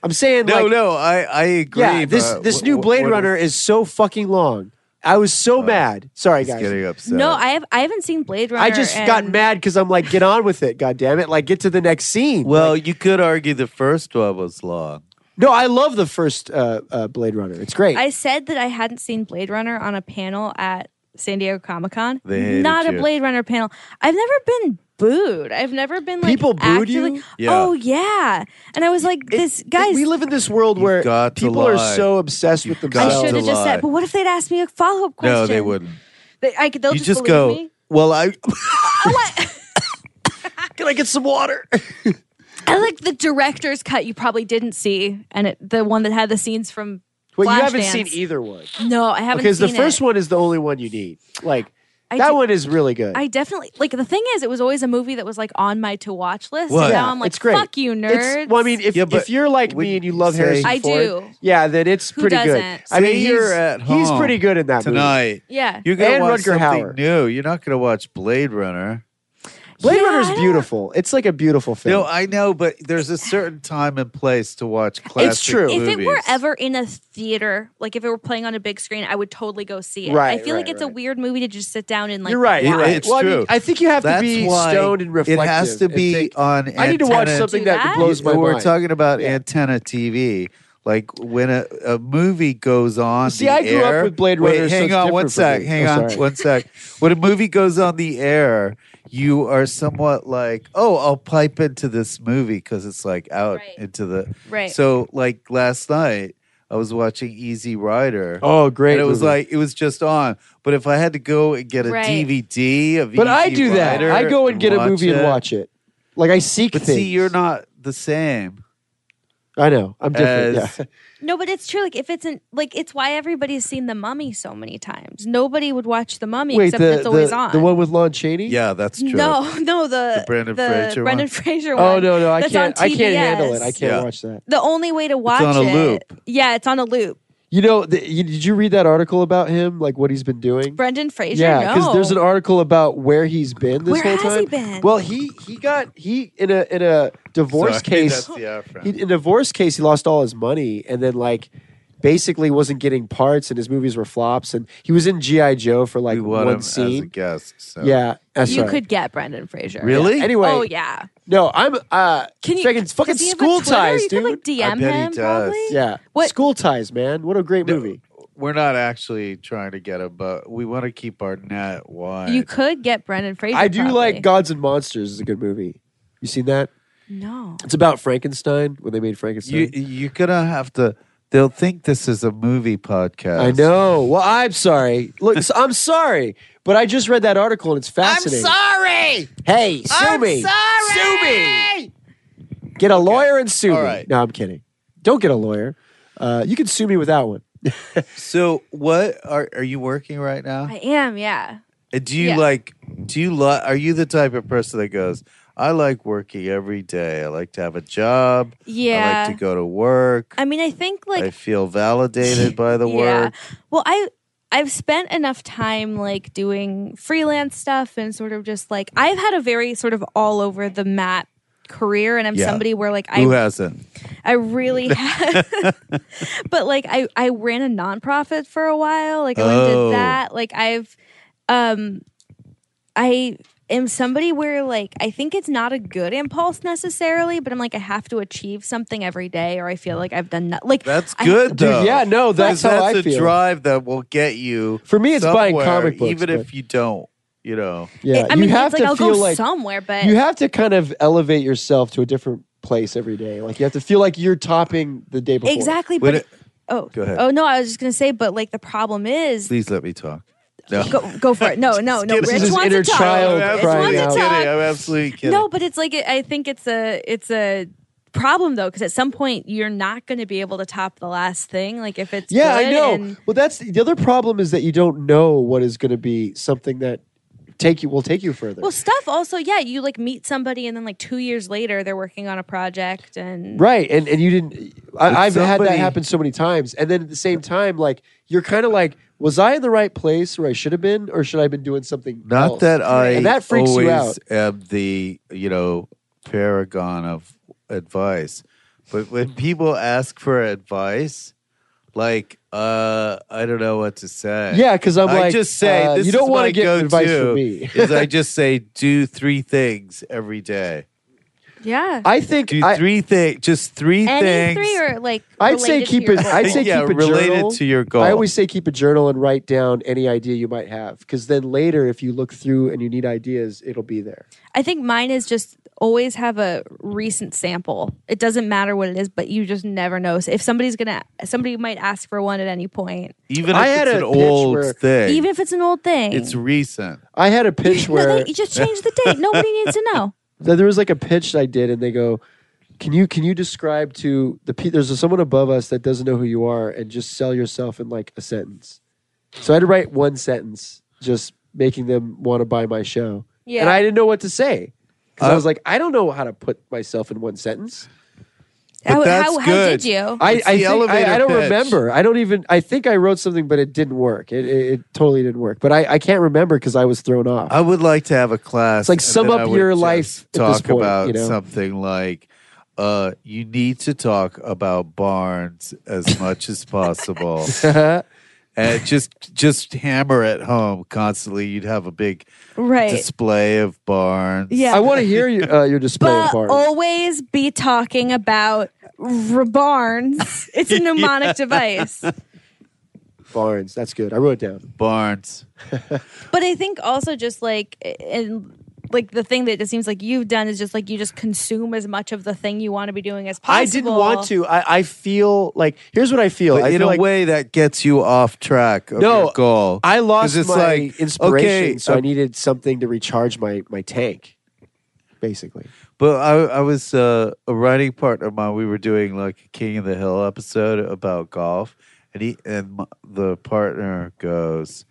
Speaker 2: I'm saying
Speaker 3: No,
Speaker 2: like
Speaker 3: no, I, I agree.
Speaker 2: yeah, this
Speaker 3: but
Speaker 2: this
Speaker 3: uh, wh-
Speaker 2: new
Speaker 3: wh-
Speaker 2: Blade
Speaker 3: what
Speaker 2: Runner is so fucking long. I was so mad. Sorry
Speaker 3: He's
Speaker 2: guys.
Speaker 3: getting upset.
Speaker 4: No, I have I haven't seen Blade Runner.
Speaker 2: I just got
Speaker 4: and-
Speaker 2: mad because I'm like, get on with it, god damn it! Like, get to the next scene.
Speaker 3: Well,
Speaker 2: Like,
Speaker 3: you could argue the first one was long.
Speaker 2: no, I love the first uh, uh, Blade Runner. It's great.
Speaker 4: I said that I hadn't seen Blade Runner on a panel at San Diego Comic Con.
Speaker 3: They hated
Speaker 4: Not
Speaker 3: you.
Speaker 4: a Blade Runner panel. I've never been booed. I've never been like
Speaker 2: People booed
Speaker 4: actively-
Speaker 2: you?
Speaker 3: Yeah.
Speaker 4: Oh yeah, and I was like, this guys.
Speaker 2: we live in this world
Speaker 3: You've
Speaker 2: where
Speaker 3: got to
Speaker 2: people are
Speaker 3: lie.
Speaker 2: so obsessed
Speaker 3: You've
Speaker 2: with
Speaker 3: got
Speaker 4: I
Speaker 2: themselves.
Speaker 4: should
Speaker 3: to
Speaker 4: have just
Speaker 3: lie.
Speaker 4: said, but what if they'd asked me a follow up question?
Speaker 3: No, they wouldn't.
Speaker 4: They, I, could- they'll
Speaker 3: you
Speaker 4: just,
Speaker 3: just
Speaker 4: believe
Speaker 3: go.
Speaker 4: me.
Speaker 3: Well, I
Speaker 2: Can I get
Speaker 4: *laughs*
Speaker 2: some water?
Speaker 4: I like the director's cut you probably didn't see, and it, the one that had the scenes from.
Speaker 2: Well, you
Speaker 4: Flashdance.
Speaker 2: haven't seen either one
Speaker 4: No, I haven't.
Speaker 2: because the
Speaker 4: seen
Speaker 2: first
Speaker 4: it.
Speaker 2: one is the only one you need. Like
Speaker 4: I
Speaker 2: that
Speaker 4: did-
Speaker 2: one is really good.
Speaker 4: I definitely like the thing is, it was always a movie that was like on my to watch list.
Speaker 3: What?
Speaker 4: And
Speaker 2: yeah,
Speaker 4: now I'm like,
Speaker 2: it's great.
Speaker 4: fuck you, nerds.
Speaker 2: It's, well, I mean, if,
Speaker 3: Yeah,
Speaker 2: if
Speaker 3: but
Speaker 2: you're like
Speaker 3: would
Speaker 2: me and you
Speaker 3: you
Speaker 2: love
Speaker 3: say-
Speaker 2: Harrison
Speaker 4: I
Speaker 2: Ford,
Speaker 4: do.
Speaker 2: yeah, then it's
Speaker 4: Who
Speaker 2: pretty good.
Speaker 4: doesn't?
Speaker 2: I mean,
Speaker 3: Say
Speaker 2: he's,
Speaker 3: you're at
Speaker 2: he's
Speaker 3: home
Speaker 2: pretty good in that movie.
Speaker 3: tonight.
Speaker 4: yeah,
Speaker 3: You're gonna
Speaker 2: And
Speaker 3: watch
Speaker 2: Rutger
Speaker 3: something
Speaker 2: Hauer.
Speaker 3: new. You're not gonna watch Blade Runner.
Speaker 2: Blade
Speaker 4: Yeah, I
Speaker 2: Runner's
Speaker 4: don't-
Speaker 2: beautiful. It's like a beautiful film.
Speaker 3: No, I know, but there's a certain time and place to watch classic
Speaker 2: true.
Speaker 4: if it were
Speaker 3: movies.
Speaker 4: ever in a theater, like if it were playing on a big screen, I would totally go see it.
Speaker 2: Right,
Speaker 4: I feel like
Speaker 2: right,
Speaker 4: it's a
Speaker 2: right.
Speaker 4: weird movie to just sit down and like.
Speaker 2: you're right. You're
Speaker 3: It-
Speaker 2: right.
Speaker 3: it's
Speaker 2: well, I, mean,
Speaker 3: true.
Speaker 2: I think you have
Speaker 3: That's
Speaker 2: to be
Speaker 3: why
Speaker 2: stoned and reflective.
Speaker 3: It has to
Speaker 2: and
Speaker 3: be
Speaker 2: think,
Speaker 3: on. Antenna.
Speaker 2: I need to watch something
Speaker 4: Do
Speaker 2: that,
Speaker 4: that?
Speaker 2: blows my
Speaker 3: we were
Speaker 2: mind.
Speaker 3: talking about
Speaker 2: Yeah.
Speaker 3: antenna TV. Like when a, a movie goes on.
Speaker 2: See,
Speaker 3: the
Speaker 2: I grew up
Speaker 3: air-
Speaker 2: with Blade
Speaker 3: Wait,
Speaker 2: Runner, so
Speaker 3: hang
Speaker 2: it's
Speaker 3: on
Speaker 2: different
Speaker 3: one
Speaker 2: for
Speaker 3: sec.
Speaker 2: me.
Speaker 3: Hang
Speaker 2: Oh,
Speaker 3: on
Speaker 2: sorry.
Speaker 3: one sec. When a movie goes on the air, you are somewhat like, oh, I'll pipe into this movie because it's like out
Speaker 4: Right.
Speaker 3: into the.
Speaker 4: Right.
Speaker 3: So, like last night, I was watching Easy Rider.
Speaker 2: oh, great!
Speaker 3: And it was
Speaker 2: movie.
Speaker 3: like it was just on. But if I had to go and get a
Speaker 4: Right.
Speaker 3: DVD of,
Speaker 2: but
Speaker 3: Easy
Speaker 2: I do that.
Speaker 3: Rider
Speaker 2: I go and get a movie and watch it. Like I seek
Speaker 3: But
Speaker 2: things.
Speaker 3: see, you're not the same.
Speaker 2: I know. I'm different.
Speaker 3: as-
Speaker 2: yeah.
Speaker 4: No, but it's true. Like if it's an like it's why everybody's seen the Mummy so many times. Nobody would watch the Mummy except it's always
Speaker 2: the,
Speaker 4: on.
Speaker 2: the one with Lon Chaney.
Speaker 3: Yeah, that's true.
Speaker 4: No, *laughs* no, the,
Speaker 3: The Brendan Fraser
Speaker 4: Brendan
Speaker 3: one?
Speaker 4: Fraser
Speaker 2: Oh
Speaker 4: one
Speaker 2: no, no, I
Speaker 4: that's
Speaker 2: can't.
Speaker 4: on
Speaker 2: I can't handle it.
Speaker 4: TBS.
Speaker 2: I can't
Speaker 3: Yeah.
Speaker 2: watch that.
Speaker 4: The only way to watch
Speaker 3: on a
Speaker 4: it-
Speaker 3: loop.
Speaker 4: Yeah, it's on a loop.
Speaker 2: You know, the, you, did you read that article about him? Like what he's been doing?
Speaker 4: Brendan Fraser.
Speaker 2: yeah,
Speaker 4: no.
Speaker 2: there's an article about where he's been this
Speaker 4: Where
Speaker 2: whole
Speaker 4: has
Speaker 2: time.
Speaker 4: he been?
Speaker 2: Well, he he got he in a in a divorce
Speaker 3: Sorry, *laughs*
Speaker 2: case.
Speaker 3: that's the Afro.
Speaker 2: He, in a divorce case, he lost all his money, and then like basically wasn't getting parts, and his movies were flops, and he was in GI Joe for like
Speaker 3: we want him
Speaker 2: one
Speaker 3: as a
Speaker 2: scene.
Speaker 3: guest. So.
Speaker 2: Yeah, that's
Speaker 4: you
Speaker 2: right.
Speaker 4: could get Brendan Fraser.
Speaker 3: Really?
Speaker 2: Anyway,
Speaker 4: Oh yeah.
Speaker 2: no, I'm uh,
Speaker 4: Can you?
Speaker 2: freaking fucking
Speaker 4: does he have a
Speaker 2: school
Speaker 4: Twitter?
Speaker 2: ties,
Speaker 4: you
Speaker 2: dude.
Speaker 4: Could, like, DM
Speaker 3: bet he
Speaker 4: him.
Speaker 3: does.
Speaker 4: Probably.
Speaker 2: Yeah.
Speaker 4: What-
Speaker 2: School Ties, man. What a great
Speaker 3: No.
Speaker 2: movie.
Speaker 3: We're not actually trying to get him, but we want to keep our net wide.
Speaker 4: You could get Brendan Fraser.
Speaker 2: I do
Speaker 4: probably.
Speaker 2: like Gods and Monsters is a good movie. You seen that?
Speaker 4: No.
Speaker 2: It's about Frankenstein when they made Frankenstein.
Speaker 3: you you're gonna have to. They'll think this is a movie podcast.
Speaker 2: I know. Well, I'm sorry.
Speaker 3: *laughs*
Speaker 2: Look, so- I'm sorry, but I just read that article and it's fascinating. I'm sorry. Hey, sue me. Sue me. Get a lawyer and sue
Speaker 3: All
Speaker 2: me.
Speaker 3: right.
Speaker 2: No, I'm kidding. Don't get a lawyer. Uh, you can sue me without one.
Speaker 3: So, what are are you working right now?
Speaker 4: I am. Yeah.
Speaker 3: And do you
Speaker 4: Yeah.
Speaker 3: like? Do you like? Are you the type of person that goes? I like working every day. I like to have a job. I
Speaker 4: Yeah.
Speaker 3: like to go to work.
Speaker 4: I mean, I think like
Speaker 3: I feel validated by the
Speaker 4: *laughs* yeah.
Speaker 3: work.
Speaker 4: Well, I. I've spent enough time like doing freelance stuff and sort of just like I've had a very sort of all over the map career and I'm
Speaker 3: Yeah.
Speaker 4: somebody where like
Speaker 3: Who
Speaker 4: I
Speaker 3: hasn't? *laughs*
Speaker 4: I really had *laughs* but like I I ran a nonprofit for a while like I went and
Speaker 3: Oh.
Speaker 4: did that like I've um I am somebody where like I think it's not a good impulse necessarily but I'm like I have to achieve something every day or I feel like I've done not- like
Speaker 3: That's
Speaker 4: I-
Speaker 3: good,
Speaker 2: Dude,
Speaker 3: though.
Speaker 2: yeah, no, that's how
Speaker 3: that's
Speaker 2: I
Speaker 3: a
Speaker 2: feel.
Speaker 3: drive that will get you.
Speaker 2: For me, it's buying
Speaker 3: somewhere,
Speaker 2: comic books,
Speaker 3: even if
Speaker 2: but-
Speaker 3: you don't. You know,
Speaker 2: Yeah,
Speaker 4: I mean,
Speaker 2: you have
Speaker 4: it's like
Speaker 2: to
Speaker 4: I'll
Speaker 2: feel
Speaker 4: go
Speaker 2: like
Speaker 4: somewhere, but
Speaker 2: you have to kind of elevate yourself to a different place every day. Like you have to feel like you're topping the day before.
Speaker 4: exactly.
Speaker 3: When
Speaker 4: But
Speaker 3: it-
Speaker 4: oh,
Speaker 3: Go ahead.
Speaker 4: Oh no, I was just gonna say, but like the problem is,
Speaker 3: please let me talk. No,
Speaker 4: go go for
Speaker 3: *laughs*
Speaker 4: it. No, no, no.
Speaker 3: This is
Speaker 4: Rich
Speaker 2: his
Speaker 4: wants
Speaker 2: inner
Speaker 4: to talk.
Speaker 2: child
Speaker 4: Rich
Speaker 2: crying
Speaker 4: wants
Speaker 2: out.
Speaker 4: to talk.
Speaker 3: kidding. I'm absolutely kidding.
Speaker 4: No, but it's like it, I think it's a it's a problem though because at some point you're not going to be able to top the last thing. Like if it's
Speaker 2: Yeah, I
Speaker 4: good
Speaker 2: know.
Speaker 4: and-
Speaker 2: well, that's the other problem is that you don't know what is going to be something that take you will take you further.
Speaker 4: well, stuff also, yeah, you like meet somebody and then like two years later they're working on a project and
Speaker 2: right, and and you didn't.
Speaker 3: It's
Speaker 2: I, I've had that
Speaker 3: somebody-
Speaker 2: happen so many times, and then at the same time, like you're kind of like, was I in the right place where I should have been, or should I have been doing something?
Speaker 3: Not
Speaker 2: else?
Speaker 3: that I
Speaker 2: and that freaks
Speaker 3: always
Speaker 2: you out.
Speaker 3: am the you know paragon of advice, but when people ask for advice, like uh, I don't know what to say.
Speaker 2: Yeah, because I'm
Speaker 3: I
Speaker 2: like,
Speaker 3: just say
Speaker 2: uh,
Speaker 3: this
Speaker 2: you don't
Speaker 3: is
Speaker 2: want
Speaker 3: my
Speaker 2: to get advice
Speaker 3: go-to,
Speaker 2: from me.
Speaker 3: *laughs* is I just say do three things every day.
Speaker 4: yeah,
Speaker 2: I think
Speaker 3: Do
Speaker 2: I,
Speaker 3: three things, just three
Speaker 4: any
Speaker 3: things.
Speaker 4: three or like
Speaker 2: I'd say
Speaker 4: related to
Speaker 2: keep
Speaker 4: your
Speaker 2: it-
Speaker 4: goal.
Speaker 2: I'd say
Speaker 3: yeah,
Speaker 2: keep a
Speaker 3: related
Speaker 2: journal.
Speaker 3: to your goal.
Speaker 2: I always say keep a journal and write down any idea you might have, because then later, if you look through and you need ideas, it'll be there.
Speaker 4: I think mine is just always have a recent sample. It doesn't matter what it is, but you just never know. So if somebody's gonna, somebody might ask for one at any point,
Speaker 3: even if
Speaker 2: I had
Speaker 3: it's
Speaker 2: a
Speaker 3: an
Speaker 2: pitch
Speaker 3: old
Speaker 2: where-
Speaker 3: thing,
Speaker 4: even if it's an old thing.
Speaker 3: it's recent.
Speaker 2: I had a
Speaker 4: *laughs*
Speaker 2: pitch
Speaker 4: no,
Speaker 2: where
Speaker 4: they, you just change the date. Nobody needs to know.
Speaker 2: th- there was like a pitch I did, and they go, "Can you can you describe to the pe- there's someone above us that doesn't know who you are, and just sell yourself in like a sentence." So I had to write one sentence, just making them want to buy my show,
Speaker 4: Yeah.
Speaker 2: and I didn't know what to say. 'Cause I
Speaker 3: Uh,
Speaker 2: was like, I don't know how to put myself in one sentence.
Speaker 3: But
Speaker 4: how,
Speaker 3: that's
Speaker 4: how, how
Speaker 3: good.
Speaker 4: did you?
Speaker 2: I, I,
Speaker 3: It's the
Speaker 2: think-
Speaker 3: elevator
Speaker 2: I, I don't
Speaker 3: pitch.
Speaker 2: remember. I don't even. I think I wrote something, but it didn't work. It, it, it totally didn't work. But I, I can't remember because I was thrown off.
Speaker 3: I would like to have a class.
Speaker 2: It's like,
Speaker 3: and
Speaker 2: sum
Speaker 3: then
Speaker 2: up
Speaker 3: I would
Speaker 2: your
Speaker 3: just
Speaker 2: life at this
Speaker 3: Talk
Speaker 2: point,
Speaker 3: about
Speaker 2: you know?
Speaker 3: something like uh, you need to talk about Barnes as much as
Speaker 2: *laughs*
Speaker 3: possible,
Speaker 2: Oh.
Speaker 3: and just just hammer it home constantly. You'd have a big
Speaker 4: right.
Speaker 3: display of Barnes.
Speaker 4: Yeah.
Speaker 2: I want to hear you, uh, your display
Speaker 4: but oh.
Speaker 2: of bars.
Speaker 4: always be talking about r- barns. It's a mnemonic device.
Speaker 2: Barnes. That's good. I wrote it down.
Speaker 3: Barnes.
Speaker 4: But I think also just like and like the thing that it seems like you've done is just like you just consume as much of the thing you want to be doing as possible.
Speaker 2: I didn't want to. I, I feel like here's what I feel.
Speaker 3: But
Speaker 2: I
Speaker 3: in
Speaker 2: feel
Speaker 3: a
Speaker 2: like
Speaker 3: way that gets you off track of
Speaker 2: No,
Speaker 3: your goal.
Speaker 2: I
Speaker 3: 'Cause
Speaker 2: lost
Speaker 3: it's
Speaker 2: my
Speaker 3: like,
Speaker 2: inspiration,
Speaker 3: okay,
Speaker 2: so
Speaker 3: uh,
Speaker 2: I needed something to recharge my my tank. Basically,
Speaker 3: But I, I was uh, a writing partner of mine. We were doing like a King of the Hill episode about golf, and he and m the partner goes,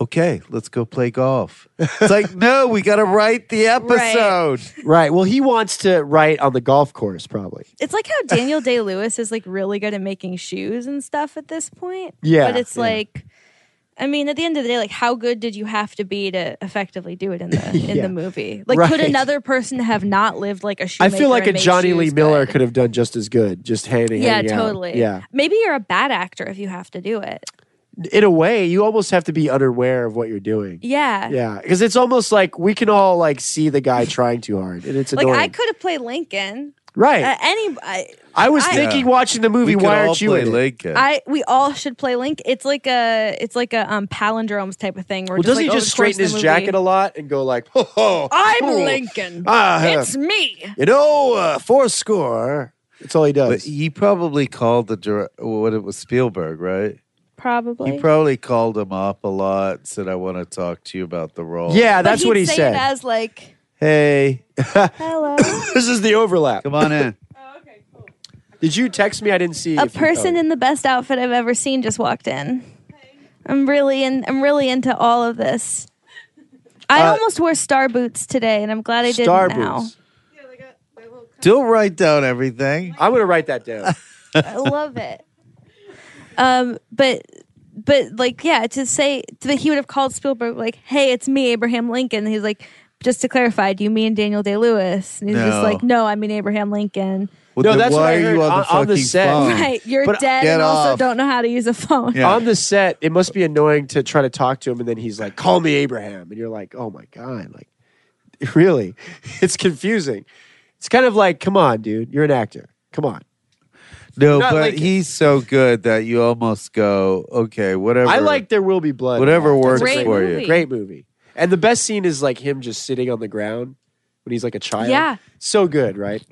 Speaker 3: "Okay, let's go play golf." It's like, no, we got to write the episode.
Speaker 2: right? Well, he wants to write on the golf course, probably.
Speaker 4: It's like how Daniel Day Lewis is like really good at making shoes and stuff at this point.
Speaker 2: Yeah,
Speaker 4: But it's
Speaker 2: yeah.
Speaker 4: like I mean, at the end of the day, like how good did you have to be to effectively do it in
Speaker 2: *laughs*
Speaker 4: the in
Speaker 2: Yeah.
Speaker 4: the movie? Like could
Speaker 2: Right.
Speaker 4: another person have not lived like a
Speaker 2: I
Speaker 4: shoemaker?
Speaker 2: feel like a
Speaker 4: and made
Speaker 2: Johnny
Speaker 4: shoes
Speaker 2: Lee Miller
Speaker 4: good?
Speaker 2: could have done just as good, just handing.
Speaker 4: Yeah,
Speaker 2: hanging out.
Speaker 4: totally.
Speaker 2: Yeah,
Speaker 4: Maybe you're a bad actor if you have to do it.
Speaker 2: in a way, you almost have to be unaware of what you're doing.
Speaker 4: Yeah.
Speaker 2: Yeah, because it's almost like we can all like see the
Speaker 4: *laughs*
Speaker 2: guy trying too hard, and it's
Speaker 4: Like
Speaker 2: annoying.
Speaker 4: I could have played Lincoln.
Speaker 2: right?
Speaker 4: Uh, any I,
Speaker 2: I was
Speaker 4: I-
Speaker 2: thinking watching the
Speaker 3: We
Speaker 2: movie.
Speaker 3: could
Speaker 2: Why
Speaker 3: all
Speaker 2: aren't you
Speaker 3: play
Speaker 2: in it?
Speaker 3: Lincoln.
Speaker 4: I we all should play Link. It's like a it's like a um palindromes type of thing. Where
Speaker 2: Well,
Speaker 4: just
Speaker 2: doesn't
Speaker 4: like,
Speaker 2: he
Speaker 4: over
Speaker 2: just
Speaker 4: the course
Speaker 2: straighten
Speaker 4: of
Speaker 2: his
Speaker 4: the
Speaker 2: jacket
Speaker 4: movie-
Speaker 2: a lot and go like, "Ho ho,
Speaker 4: I'm
Speaker 2: ho,
Speaker 4: Lincoln.
Speaker 2: ah,
Speaker 4: it's me.
Speaker 2: you know, uh, four score." That's all he
Speaker 3: but
Speaker 2: does.
Speaker 3: he probably called the dir- what it was Spielberg, right?
Speaker 4: Probably.
Speaker 3: He probably called him up a lot. Said, "I want to talk to you about the role."
Speaker 2: yeah,
Speaker 4: But
Speaker 2: that's
Speaker 4: he'd
Speaker 2: what he
Speaker 4: say
Speaker 2: said.
Speaker 4: It as like
Speaker 3: Hey,
Speaker 2: *coughs*
Speaker 4: hello.
Speaker 2: *laughs* this is the overlap.
Speaker 3: come on in.
Speaker 2: Did you text me? I didn't see
Speaker 4: a
Speaker 2: if you-
Speaker 4: person
Speaker 2: oh.
Speaker 4: in the best outfit I've ever seen just walked in. I'm really in. I'm really into all of this. I
Speaker 2: Uh,
Speaker 4: almost wore star boots today, and I'm glad I did
Speaker 2: Star
Speaker 4: now.
Speaker 2: Boots.
Speaker 3: Don't write down everything.
Speaker 2: I'm gonna write that down.
Speaker 4: I love it. Um, but but like yeah, to say that he would have called Spielberg like, "Hey, it's me, Abraham Lincoln." And he's like, "Just to clarify, do you mean Daniel Day Lewis?" And he's
Speaker 3: No.
Speaker 4: just like, "No, I mean Abraham Lincoln."
Speaker 3: Well,
Speaker 2: No,
Speaker 3: then
Speaker 2: that's what
Speaker 3: why
Speaker 2: I
Speaker 3: are
Speaker 2: heard
Speaker 3: you on the
Speaker 2: on-
Speaker 3: fucking
Speaker 2: on the set.
Speaker 3: phone?
Speaker 4: Right, you're
Speaker 2: But-
Speaker 4: dead
Speaker 3: Oh. uh, Get
Speaker 4: and also
Speaker 3: off.
Speaker 4: don't know how to use a phone.
Speaker 3: Yeah.
Speaker 2: On the set, it must be annoying to try to talk to him, and then he's like, "Call me Abraham," and you're like, "Oh my god!" Like, *laughs* really, it's confusing. It's kind of like, "Come on, dude, you're an actor. Come on."
Speaker 3: No,
Speaker 2: Not
Speaker 3: but
Speaker 2: like-
Speaker 3: he's so good that you almost go, okay, whatever.
Speaker 2: I like "There Will Be Blood."
Speaker 3: whatever works
Speaker 4: Great
Speaker 3: for
Speaker 4: movie.
Speaker 3: you.
Speaker 2: Great movie. And the best scene is like him just sitting on the ground when he's like a child.
Speaker 4: Yeah.
Speaker 2: So good, right?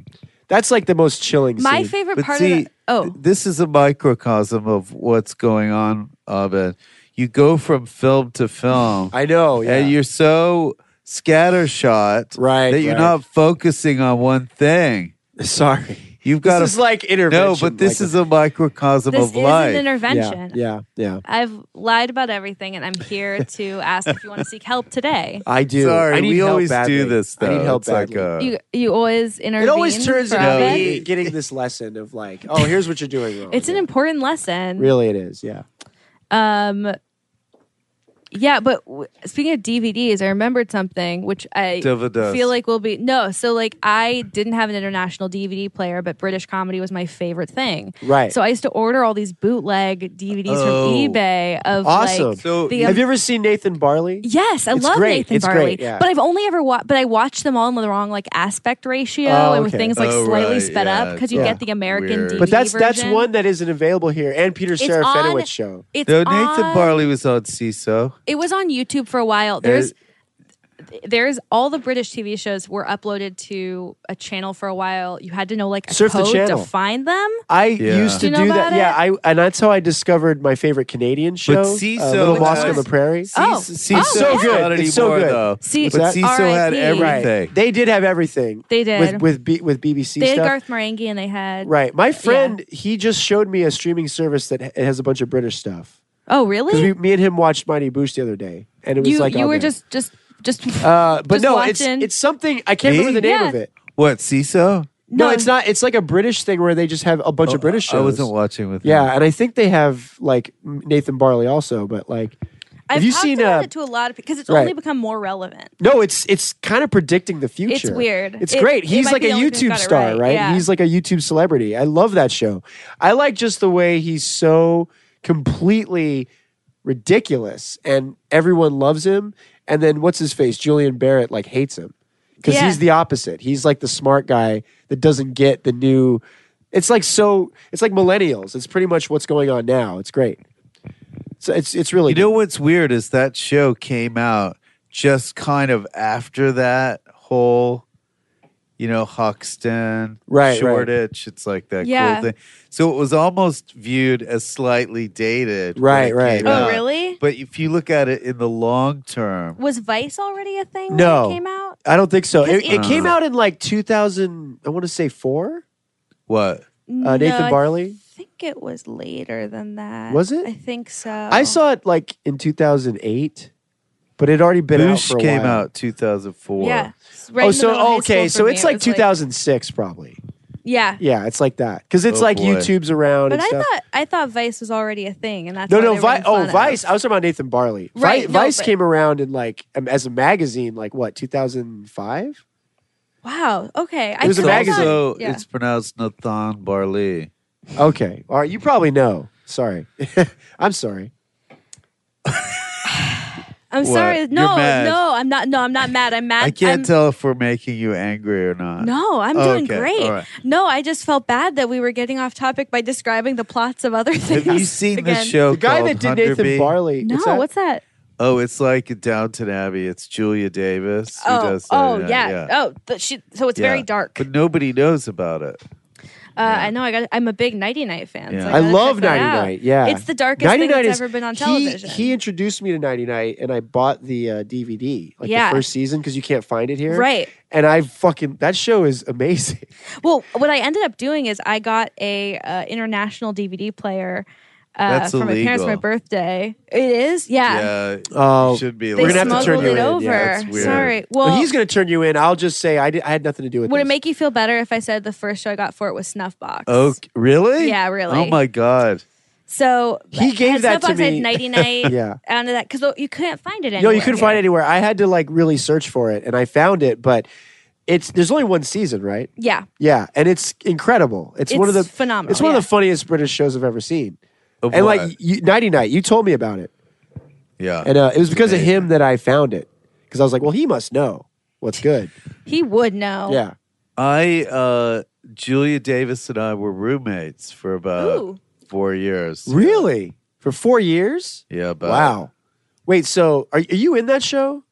Speaker 2: That's like the most chilling
Speaker 4: *laughs* My
Speaker 2: scene.
Speaker 4: favorite
Speaker 3: But
Speaker 4: part
Speaker 3: see,
Speaker 4: of the, oh,
Speaker 3: th- this is a microcosm of what's going on, Abed. You go from film to film,
Speaker 2: I know. Yeah.
Speaker 3: and you're so scattershot
Speaker 2: Right,
Speaker 3: that you're
Speaker 2: right.
Speaker 3: not focusing on one thing.
Speaker 2: *laughs* Sorry.
Speaker 3: You've got
Speaker 2: This
Speaker 3: to
Speaker 2: is like intervention.
Speaker 3: no, but this
Speaker 2: like-
Speaker 3: is a microcosm
Speaker 4: this
Speaker 3: of
Speaker 4: is
Speaker 3: life.
Speaker 4: an intervention.
Speaker 2: Yeah, yeah, yeah.
Speaker 4: I've lied about everything, and I'm
Speaker 3: *laughs*
Speaker 4: here to ask if you want to seek help today.
Speaker 2: I do.
Speaker 3: Sorry,
Speaker 2: I need
Speaker 3: we
Speaker 2: help
Speaker 3: always
Speaker 2: badly.
Speaker 3: do this. Though
Speaker 2: I need help
Speaker 3: it's like uh,
Speaker 2: badly.
Speaker 3: a,
Speaker 4: You you always intervene.
Speaker 2: it always turns
Speaker 4: for
Speaker 2: out
Speaker 4: Abed.
Speaker 2: me getting this lesson of like, oh, here's what you're doing wrong.
Speaker 4: It's an
Speaker 2: Yeah.
Speaker 4: important lesson.
Speaker 2: really it is. Yeah.
Speaker 4: Um, yeah, but w- speaking of DVDs, I remembered something which I
Speaker 3: Dividends.
Speaker 4: feel like will be no. So like I didn't have an international DVD player, but British comedy was my favorite thing.
Speaker 2: Right.
Speaker 4: So I used to order all these bootleg DVDs
Speaker 3: Oh.
Speaker 4: from eBay of
Speaker 2: Awesome.
Speaker 4: like
Speaker 3: So
Speaker 4: the
Speaker 2: Have you ever seen Nathan Barley?
Speaker 4: Yes, I
Speaker 2: It's
Speaker 4: love
Speaker 2: great.
Speaker 4: Nathan
Speaker 2: It's
Speaker 4: Barley,
Speaker 2: great, yeah.
Speaker 4: but I've only ever watched. But I watched them all in the wrong like aspect ratio
Speaker 2: Oh,
Speaker 4: and with
Speaker 2: okay.
Speaker 4: things like
Speaker 3: Oh,
Speaker 4: slightly
Speaker 3: right,
Speaker 4: sped
Speaker 3: yeah,
Speaker 4: up because
Speaker 3: it's
Speaker 4: you
Speaker 2: all
Speaker 4: get the American
Speaker 3: weird.
Speaker 4: DVD
Speaker 2: But that's that's
Speaker 4: version.
Speaker 2: one that isn't available here. And Peter
Speaker 4: It's on-
Speaker 2: Serafinowicz show.
Speaker 4: It's
Speaker 3: no, Nathan
Speaker 4: on-
Speaker 3: Barley was on CISO.
Speaker 4: It was on YouTube for a while. There's there's all the British TV shows were uploaded to a channel for a while. You had to know like a
Speaker 2: Surf the
Speaker 4: code to
Speaker 2: channel.
Speaker 4: find them.
Speaker 2: I
Speaker 3: Yeah.
Speaker 2: used
Speaker 4: Do
Speaker 2: to
Speaker 4: you
Speaker 2: do,
Speaker 4: know
Speaker 2: that.
Speaker 4: about
Speaker 2: Yeah, I and that's how I discovered my favorite Canadian show,
Speaker 3: see,
Speaker 2: uh,
Speaker 3: so
Speaker 2: Little
Speaker 3: it
Speaker 2: Mosque
Speaker 3: has-
Speaker 2: on the Prairie.
Speaker 4: Oh,
Speaker 3: CISO
Speaker 4: oh,
Speaker 2: So
Speaker 3: is
Speaker 2: good.
Speaker 3: not
Speaker 2: It's
Speaker 3: anymore,
Speaker 2: so good.
Speaker 3: though.
Speaker 4: See,
Speaker 3: but CISO had
Speaker 4: RIP.
Speaker 3: everything.
Speaker 2: They did have everything.
Speaker 4: They did.
Speaker 2: with with, B, with BBC
Speaker 4: They had
Speaker 2: stuff.
Speaker 4: Garth Marenghi and they had
Speaker 2: right. My friend, he just showed me a streaming service that ha- has a bunch of British stuff.
Speaker 4: Oh,
Speaker 2: Because
Speaker 4: really?
Speaker 2: we, me and him watched Mighty Boosh the other day, and it was
Speaker 4: You
Speaker 2: like
Speaker 4: you
Speaker 2: on
Speaker 4: were
Speaker 2: there.
Speaker 4: just just just
Speaker 2: Uh, but
Speaker 4: just
Speaker 2: no,
Speaker 4: watching-
Speaker 2: it's it's something I can't
Speaker 3: Me?
Speaker 2: remember the name
Speaker 4: Yeah.
Speaker 2: of it.
Speaker 3: What CISO?
Speaker 4: No.
Speaker 2: No, it's not. It's like a British thing where they just have a bunch of British shows.
Speaker 3: Oh, I wasn't watching with him.
Speaker 2: Yeah, and I think they have like Nathan Barley also, but like,
Speaker 4: I've
Speaker 2: have you
Speaker 4: talked
Speaker 2: seen?
Speaker 4: about
Speaker 2: uh,
Speaker 4: it to a lot of because it's
Speaker 2: right.
Speaker 4: only become more relevant.
Speaker 2: no, it's it's kind of predicting the future.
Speaker 4: weird.
Speaker 2: It's
Speaker 4: It-
Speaker 2: great.
Speaker 4: it
Speaker 2: He's
Speaker 4: might
Speaker 2: like
Speaker 4: be
Speaker 2: a
Speaker 4: the only thing
Speaker 2: YouTube
Speaker 4: that's got it
Speaker 2: star,
Speaker 4: right.
Speaker 2: right?
Speaker 4: Yeah.
Speaker 2: He's like a YouTube celebrity. I love that show. I like just the way he's so completely ridiculous, and everyone loves him. And then what's his face? Julian Barrett like hates him because
Speaker 4: Yeah.
Speaker 2: he's the opposite. He's like the smart guy that doesn't get the new. It's like so. It's like millennials. It's pretty much what's going on now. It's great. So it's it's really
Speaker 3: You
Speaker 2: good.
Speaker 3: know what's weird is that show came out just kind of after that whole, you know, Hoxton,
Speaker 2: Right, right.
Speaker 3: Shoreditch. It's like that
Speaker 4: Yeah.
Speaker 3: cool thing. So it was almost viewed as slightly dated. when
Speaker 2: Right,
Speaker 3: it
Speaker 2: right,
Speaker 3: came
Speaker 2: right.
Speaker 4: Oh,
Speaker 3: out.
Speaker 4: really?
Speaker 3: But if you look at it in the long term,
Speaker 4: Was Vice already a thing
Speaker 2: No.
Speaker 4: when it came out?
Speaker 2: I don't think so.
Speaker 4: 'Cause
Speaker 2: It, it
Speaker 4: it-
Speaker 2: came
Speaker 3: Uh.
Speaker 2: out in like 2000. I want to say four.
Speaker 3: what?
Speaker 2: Uh, Nathan
Speaker 4: No, I
Speaker 2: Barley.
Speaker 4: think it was later than that.
Speaker 2: Was it?
Speaker 4: I think so.
Speaker 2: I saw it like in 2008, but it had already been out
Speaker 3: Boosh
Speaker 2: for a
Speaker 3: came
Speaker 2: while.
Speaker 3: out 2004.
Speaker 4: Yeah. It's right
Speaker 2: oh,
Speaker 4: in the
Speaker 2: so
Speaker 4: middle of high school
Speaker 2: okay, so
Speaker 4: for
Speaker 2: it's
Speaker 4: me. It
Speaker 2: like
Speaker 4: was
Speaker 2: 2006 probably.
Speaker 4: yeah.
Speaker 2: Yeah, it's like that because it's
Speaker 3: Oh,
Speaker 2: like
Speaker 3: boy.
Speaker 2: YouTube's around.
Speaker 4: But
Speaker 2: and
Speaker 4: I
Speaker 2: stuff.
Speaker 4: thought I thought Vice was already a thing, and that's
Speaker 2: No,
Speaker 4: why
Speaker 2: no,
Speaker 4: they were
Speaker 2: Vi-
Speaker 4: making
Speaker 2: oh,
Speaker 4: fun of.
Speaker 2: Vice. I was talking about Nathan Barley. Vi-
Speaker 4: Right, no,
Speaker 2: Vice
Speaker 4: but-
Speaker 2: came around in like um, as a magazine, like what 2005?
Speaker 4: Wow. Okay. I
Speaker 2: It was a
Speaker 4: thought-
Speaker 2: magazine.
Speaker 3: So
Speaker 4: yeah.
Speaker 3: it's pronounced Nathan Barley.
Speaker 2: Okay, all right. You probably know. Sorry, *laughs* I'm sorry.
Speaker 4: I'm
Speaker 3: What?
Speaker 4: sorry.
Speaker 3: You're
Speaker 4: No,
Speaker 3: mad.
Speaker 4: no, I'm not. No, I'm not mad. I'm mad.
Speaker 3: I can't
Speaker 4: I'm-
Speaker 3: tell if we're making you angry or not.
Speaker 4: No, I'm
Speaker 3: Oh,
Speaker 4: doing
Speaker 3: okay.
Speaker 4: great.
Speaker 3: All right.
Speaker 4: No, I just felt bad that we were getting off topic by describing the plots of other *laughs* things.
Speaker 3: Have you seen
Speaker 4: again.
Speaker 3: this show?
Speaker 2: The guy
Speaker 3: called
Speaker 2: that did
Speaker 3: Hunter
Speaker 2: Nathan
Speaker 3: Bee?
Speaker 2: Barley.
Speaker 4: No,
Speaker 2: what's
Speaker 4: what's that?
Speaker 2: that?
Speaker 3: Oh, it's like Downton Abbey. It's Julia Davis. who
Speaker 4: Oh,
Speaker 3: does that,
Speaker 4: oh, yeah. Oh, the, she, so it's
Speaker 3: Yeah.
Speaker 4: very dark. Uh,
Speaker 3: But nobody knows about it.
Speaker 4: I know. I got. I'm a big Nighty Night fan.
Speaker 3: Yeah.
Speaker 4: So
Speaker 2: I
Speaker 4: gotta
Speaker 2: love
Speaker 4: check that
Speaker 2: Nighty
Speaker 4: out.
Speaker 2: Night. Yeah,
Speaker 4: it's the darkest thing that's ever been on
Speaker 2: he-
Speaker 4: television.
Speaker 2: He, introduced me to Nighty Night, and I bought the uh, DVD, like
Speaker 4: Yeah.
Speaker 2: the first season, because you can't find it here.
Speaker 4: Right.
Speaker 2: And I fucking that show is amazing.
Speaker 3: *laughs*
Speaker 4: Well, what I ended up doing is I got a uh, international DVD player uh,
Speaker 3: That's
Speaker 4: for my parents for my
Speaker 3: illegal.
Speaker 4: birthday. It is, yeah.
Speaker 3: Yeah,
Speaker 2: Oh,
Speaker 3: it should be.
Speaker 4: They
Speaker 2: We're
Speaker 3: like
Speaker 2: gonna have to turn
Speaker 4: smuggled
Speaker 2: you
Speaker 4: it
Speaker 2: in.
Speaker 4: over.
Speaker 2: Yeah,
Speaker 3: that's weird.
Speaker 4: Sorry.
Speaker 2: Well,
Speaker 4: Well,
Speaker 2: he's gonna turn you in. I'll just say I, did, I had nothing to do with
Speaker 4: would
Speaker 2: this.
Speaker 4: it make you
Speaker 2: Oh,
Speaker 4: feel better if I said the first show I got for it was Snuffbox?
Speaker 3: Oh, really?
Speaker 4: Yeah, really.
Speaker 3: Oh my god.
Speaker 4: So
Speaker 2: He gave that to me. *laughs*
Speaker 4: Nighty night.
Speaker 2: Yeah.
Speaker 4: Onto that because you couldn't find it
Speaker 2: No,
Speaker 4: anywhere.
Speaker 2: you couldn't find it anywhere. I had to like really search for it, and I found it, but it's there's only one season, right?
Speaker 4: Yeah.
Speaker 2: Yeah, and it's incredible. It's, one of the
Speaker 4: It's phenomenal,
Speaker 2: It's one
Speaker 4: yeah.
Speaker 2: of the funniest British shows I've ever seen.
Speaker 3: Of
Speaker 2: and
Speaker 3: what?
Speaker 2: like you, Nighty Night, you told me about it,
Speaker 3: yeah.
Speaker 2: and uh, it was because of him that I found it. Because I was like, well, he must know
Speaker 3: *laughs*
Speaker 2: what's good.
Speaker 4: He would
Speaker 3: Oh.
Speaker 4: know.
Speaker 2: Yeah,
Speaker 3: I uh Julia Davis and I were roommates for about
Speaker 4: Ooh.
Speaker 3: four years.
Speaker 2: really for four years.
Speaker 3: Yeah, about
Speaker 2: wow. Wait, so are, are you in that show?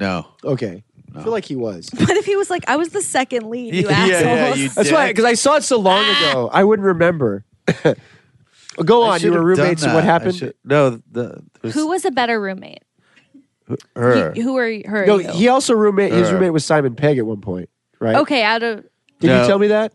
Speaker 3: No.
Speaker 2: Okay, I feel like he
Speaker 3: *laughs*
Speaker 2: was.
Speaker 4: *laughs* What if he was like, I was the second lead,
Speaker 2: *laughs*
Speaker 4: you
Speaker 3: Yeah, yeah,
Speaker 4: assholes?
Speaker 3: you-
Speaker 2: That's why, because I saw it so long ago, I wouldn't remember. *laughs* Go
Speaker 3: Ah. I
Speaker 2: on, you
Speaker 3: should
Speaker 2: were
Speaker 3: have done
Speaker 2: roommates, Oh, and
Speaker 3: that.
Speaker 2: what
Speaker 3: I
Speaker 2: happened?
Speaker 3: should- no, the, there's
Speaker 4: *laughs* Who was a better roommate?
Speaker 3: her.
Speaker 4: You- who are her?
Speaker 2: No,
Speaker 4: you?
Speaker 2: he also roommate. His
Speaker 3: Sure.
Speaker 2: roommate was Simon Pegg at one point, right?
Speaker 4: okay, out of
Speaker 2: Did
Speaker 3: No.
Speaker 2: you tell me that?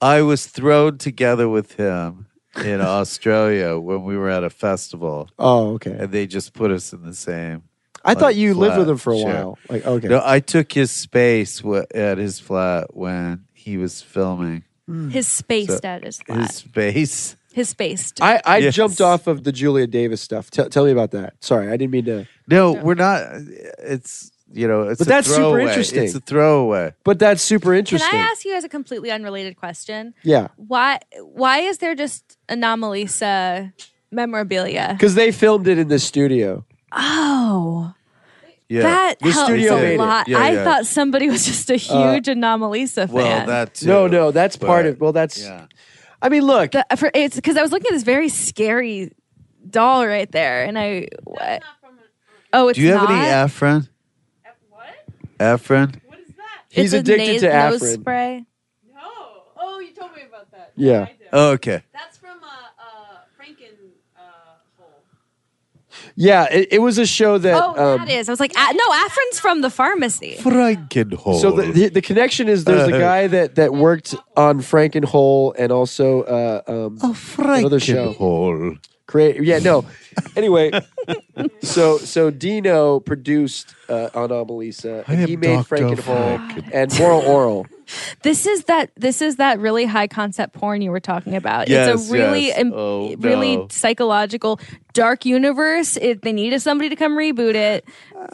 Speaker 3: I was thrown together with him in *laughs* Australia when we were at a festival,
Speaker 2: Oh, okay.
Speaker 3: and they just put us in the same.
Speaker 2: I thought
Speaker 3: like
Speaker 2: you lived with
Speaker 3: flat,
Speaker 2: him for a
Speaker 3: sure.
Speaker 2: while. Like, okay.
Speaker 3: No, I took his space wa- at his flat when he was filming
Speaker 4: his space
Speaker 3: So-
Speaker 4: dad is flat.
Speaker 3: his space.
Speaker 4: His, space.
Speaker 2: I, I
Speaker 3: Yes.
Speaker 2: jumped off of the Julia Davis stuff. Tell tell me about that. Sorry, I didn't mean to.
Speaker 3: No, we're not. It's you know, it's
Speaker 2: But
Speaker 3: a
Speaker 2: that's super
Speaker 3: throwaway.
Speaker 2: interesting.
Speaker 3: It's a throwaway.
Speaker 2: But that's super
Speaker 4: Can
Speaker 2: interesting.
Speaker 4: I ask you guys a completely unrelated question?
Speaker 2: Yeah,
Speaker 4: Why why is there just Anomalisa memorabilia?
Speaker 2: because they filmed it in the studio.
Speaker 4: Oh,
Speaker 3: Yeah,
Speaker 4: that
Speaker 2: the
Speaker 4: helps
Speaker 2: studio
Speaker 4: a
Speaker 2: made it.
Speaker 4: lot.
Speaker 3: Yeah,
Speaker 4: I
Speaker 3: yeah.
Speaker 4: thought somebody was just a huge Anomalisa fan.
Speaker 3: well, that too,
Speaker 2: no, no, that's part
Speaker 3: but-
Speaker 2: of. Well, that's.
Speaker 3: Yeah.
Speaker 2: I mean, look.
Speaker 4: The- for, it's because I was looking at this very scary doll right there, and I what? Oh, it's
Speaker 3: Do you have
Speaker 4: not?
Speaker 3: any Afrin?
Speaker 5: eh, What?
Speaker 3: Afrin?
Speaker 5: What is that?
Speaker 4: It's
Speaker 2: He's
Speaker 4: a
Speaker 2: addicted
Speaker 4: nase-
Speaker 2: to
Speaker 4: nose
Speaker 2: Afrin.
Speaker 4: spray.
Speaker 5: No. Oh, you told me about that.
Speaker 2: Yeah.
Speaker 5: I did.
Speaker 3: Oh, okay.
Speaker 5: That's from uh, uh, Franken uh, Hole.
Speaker 2: Yeah, it, it was a show that.
Speaker 4: oh,
Speaker 2: um,
Speaker 4: that is. I was like, a- no, Afrin's from the pharmacy.
Speaker 3: Frankenhole.
Speaker 2: So the, the the connection
Speaker 3: *laughs*
Speaker 2: is there's the
Speaker 3: Uh,
Speaker 2: guy that that worked on Frankenhole and also uh, um,
Speaker 3: oh,
Speaker 2: another show.
Speaker 3: Frankenhole.
Speaker 2: create. Yeah, no. anyway, so so Dino produced uh, on Anomalisa,
Speaker 3: I
Speaker 2: and
Speaker 3: am
Speaker 2: he made
Speaker 3: Dr.
Speaker 2: Frankenhole
Speaker 3: Franken.
Speaker 2: and Moral Oral.
Speaker 4: This is that. This is that really high concept porn you were talking about. it's
Speaker 3: Yes,
Speaker 4: a really,
Speaker 3: yes.
Speaker 4: im-
Speaker 3: Oh,
Speaker 4: really
Speaker 3: no.
Speaker 4: psychological dark universe. It, they needed somebody to come reboot it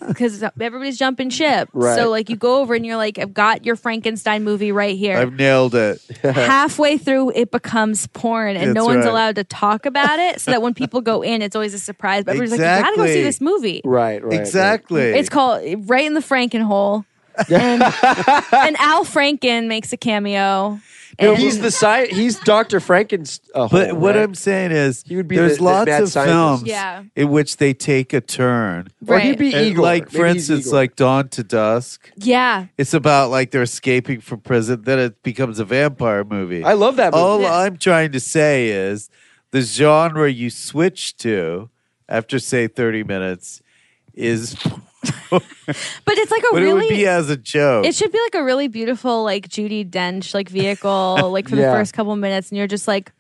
Speaker 4: because everybody's jumping ship.
Speaker 2: Right.
Speaker 4: So like, you go over and you're like, I've got your Frankenstein movie right here.
Speaker 3: I've *laughs* nailed
Speaker 2: *laughs*
Speaker 3: it.
Speaker 4: halfway through it becomes porn and no
Speaker 3: That's
Speaker 4: one's
Speaker 3: right.
Speaker 4: allowed to talk about it so that when people go in it's always a surprise but everybody's like you gotta go see
Speaker 3: Exactly.
Speaker 4: this movie
Speaker 2: Right, right, right.
Speaker 3: exactly.
Speaker 4: it's called right in
Speaker 3: *laughs*
Speaker 4: the frankenhole and, and al franken makes a cameo and
Speaker 2: He's the sci- He's Doctor Franken's. Uh,
Speaker 3: But
Speaker 2: hole,
Speaker 3: what
Speaker 2: right?
Speaker 3: I'm saying is,
Speaker 2: He would be
Speaker 3: there's
Speaker 2: the- the
Speaker 3: lots
Speaker 2: mad
Speaker 3: of
Speaker 2: scientist.
Speaker 3: films
Speaker 4: Yeah.
Speaker 3: in which they take a turn.
Speaker 2: or he'd
Speaker 4: Right.
Speaker 2: be
Speaker 3: And,
Speaker 2: Igor.
Speaker 3: Like, for
Speaker 2: Maybe he's
Speaker 3: instance,
Speaker 2: Igor.
Speaker 3: like Dawn to Dusk.
Speaker 4: yeah
Speaker 3: It's about like they're escaping from prison. Then it becomes a vampire movie.
Speaker 2: I love that. Movie.
Speaker 3: All I'm trying to say is the genre you switch to after, say, 30 minutes is. but
Speaker 4: but it's like a
Speaker 3: it would
Speaker 4: really
Speaker 3: be as a joke.
Speaker 4: it should be like a really beautiful like Judy Dench
Speaker 3: *laughs*
Speaker 4: like vehicle like for the
Speaker 2: Yeah.
Speaker 4: first couple minutes and you're just like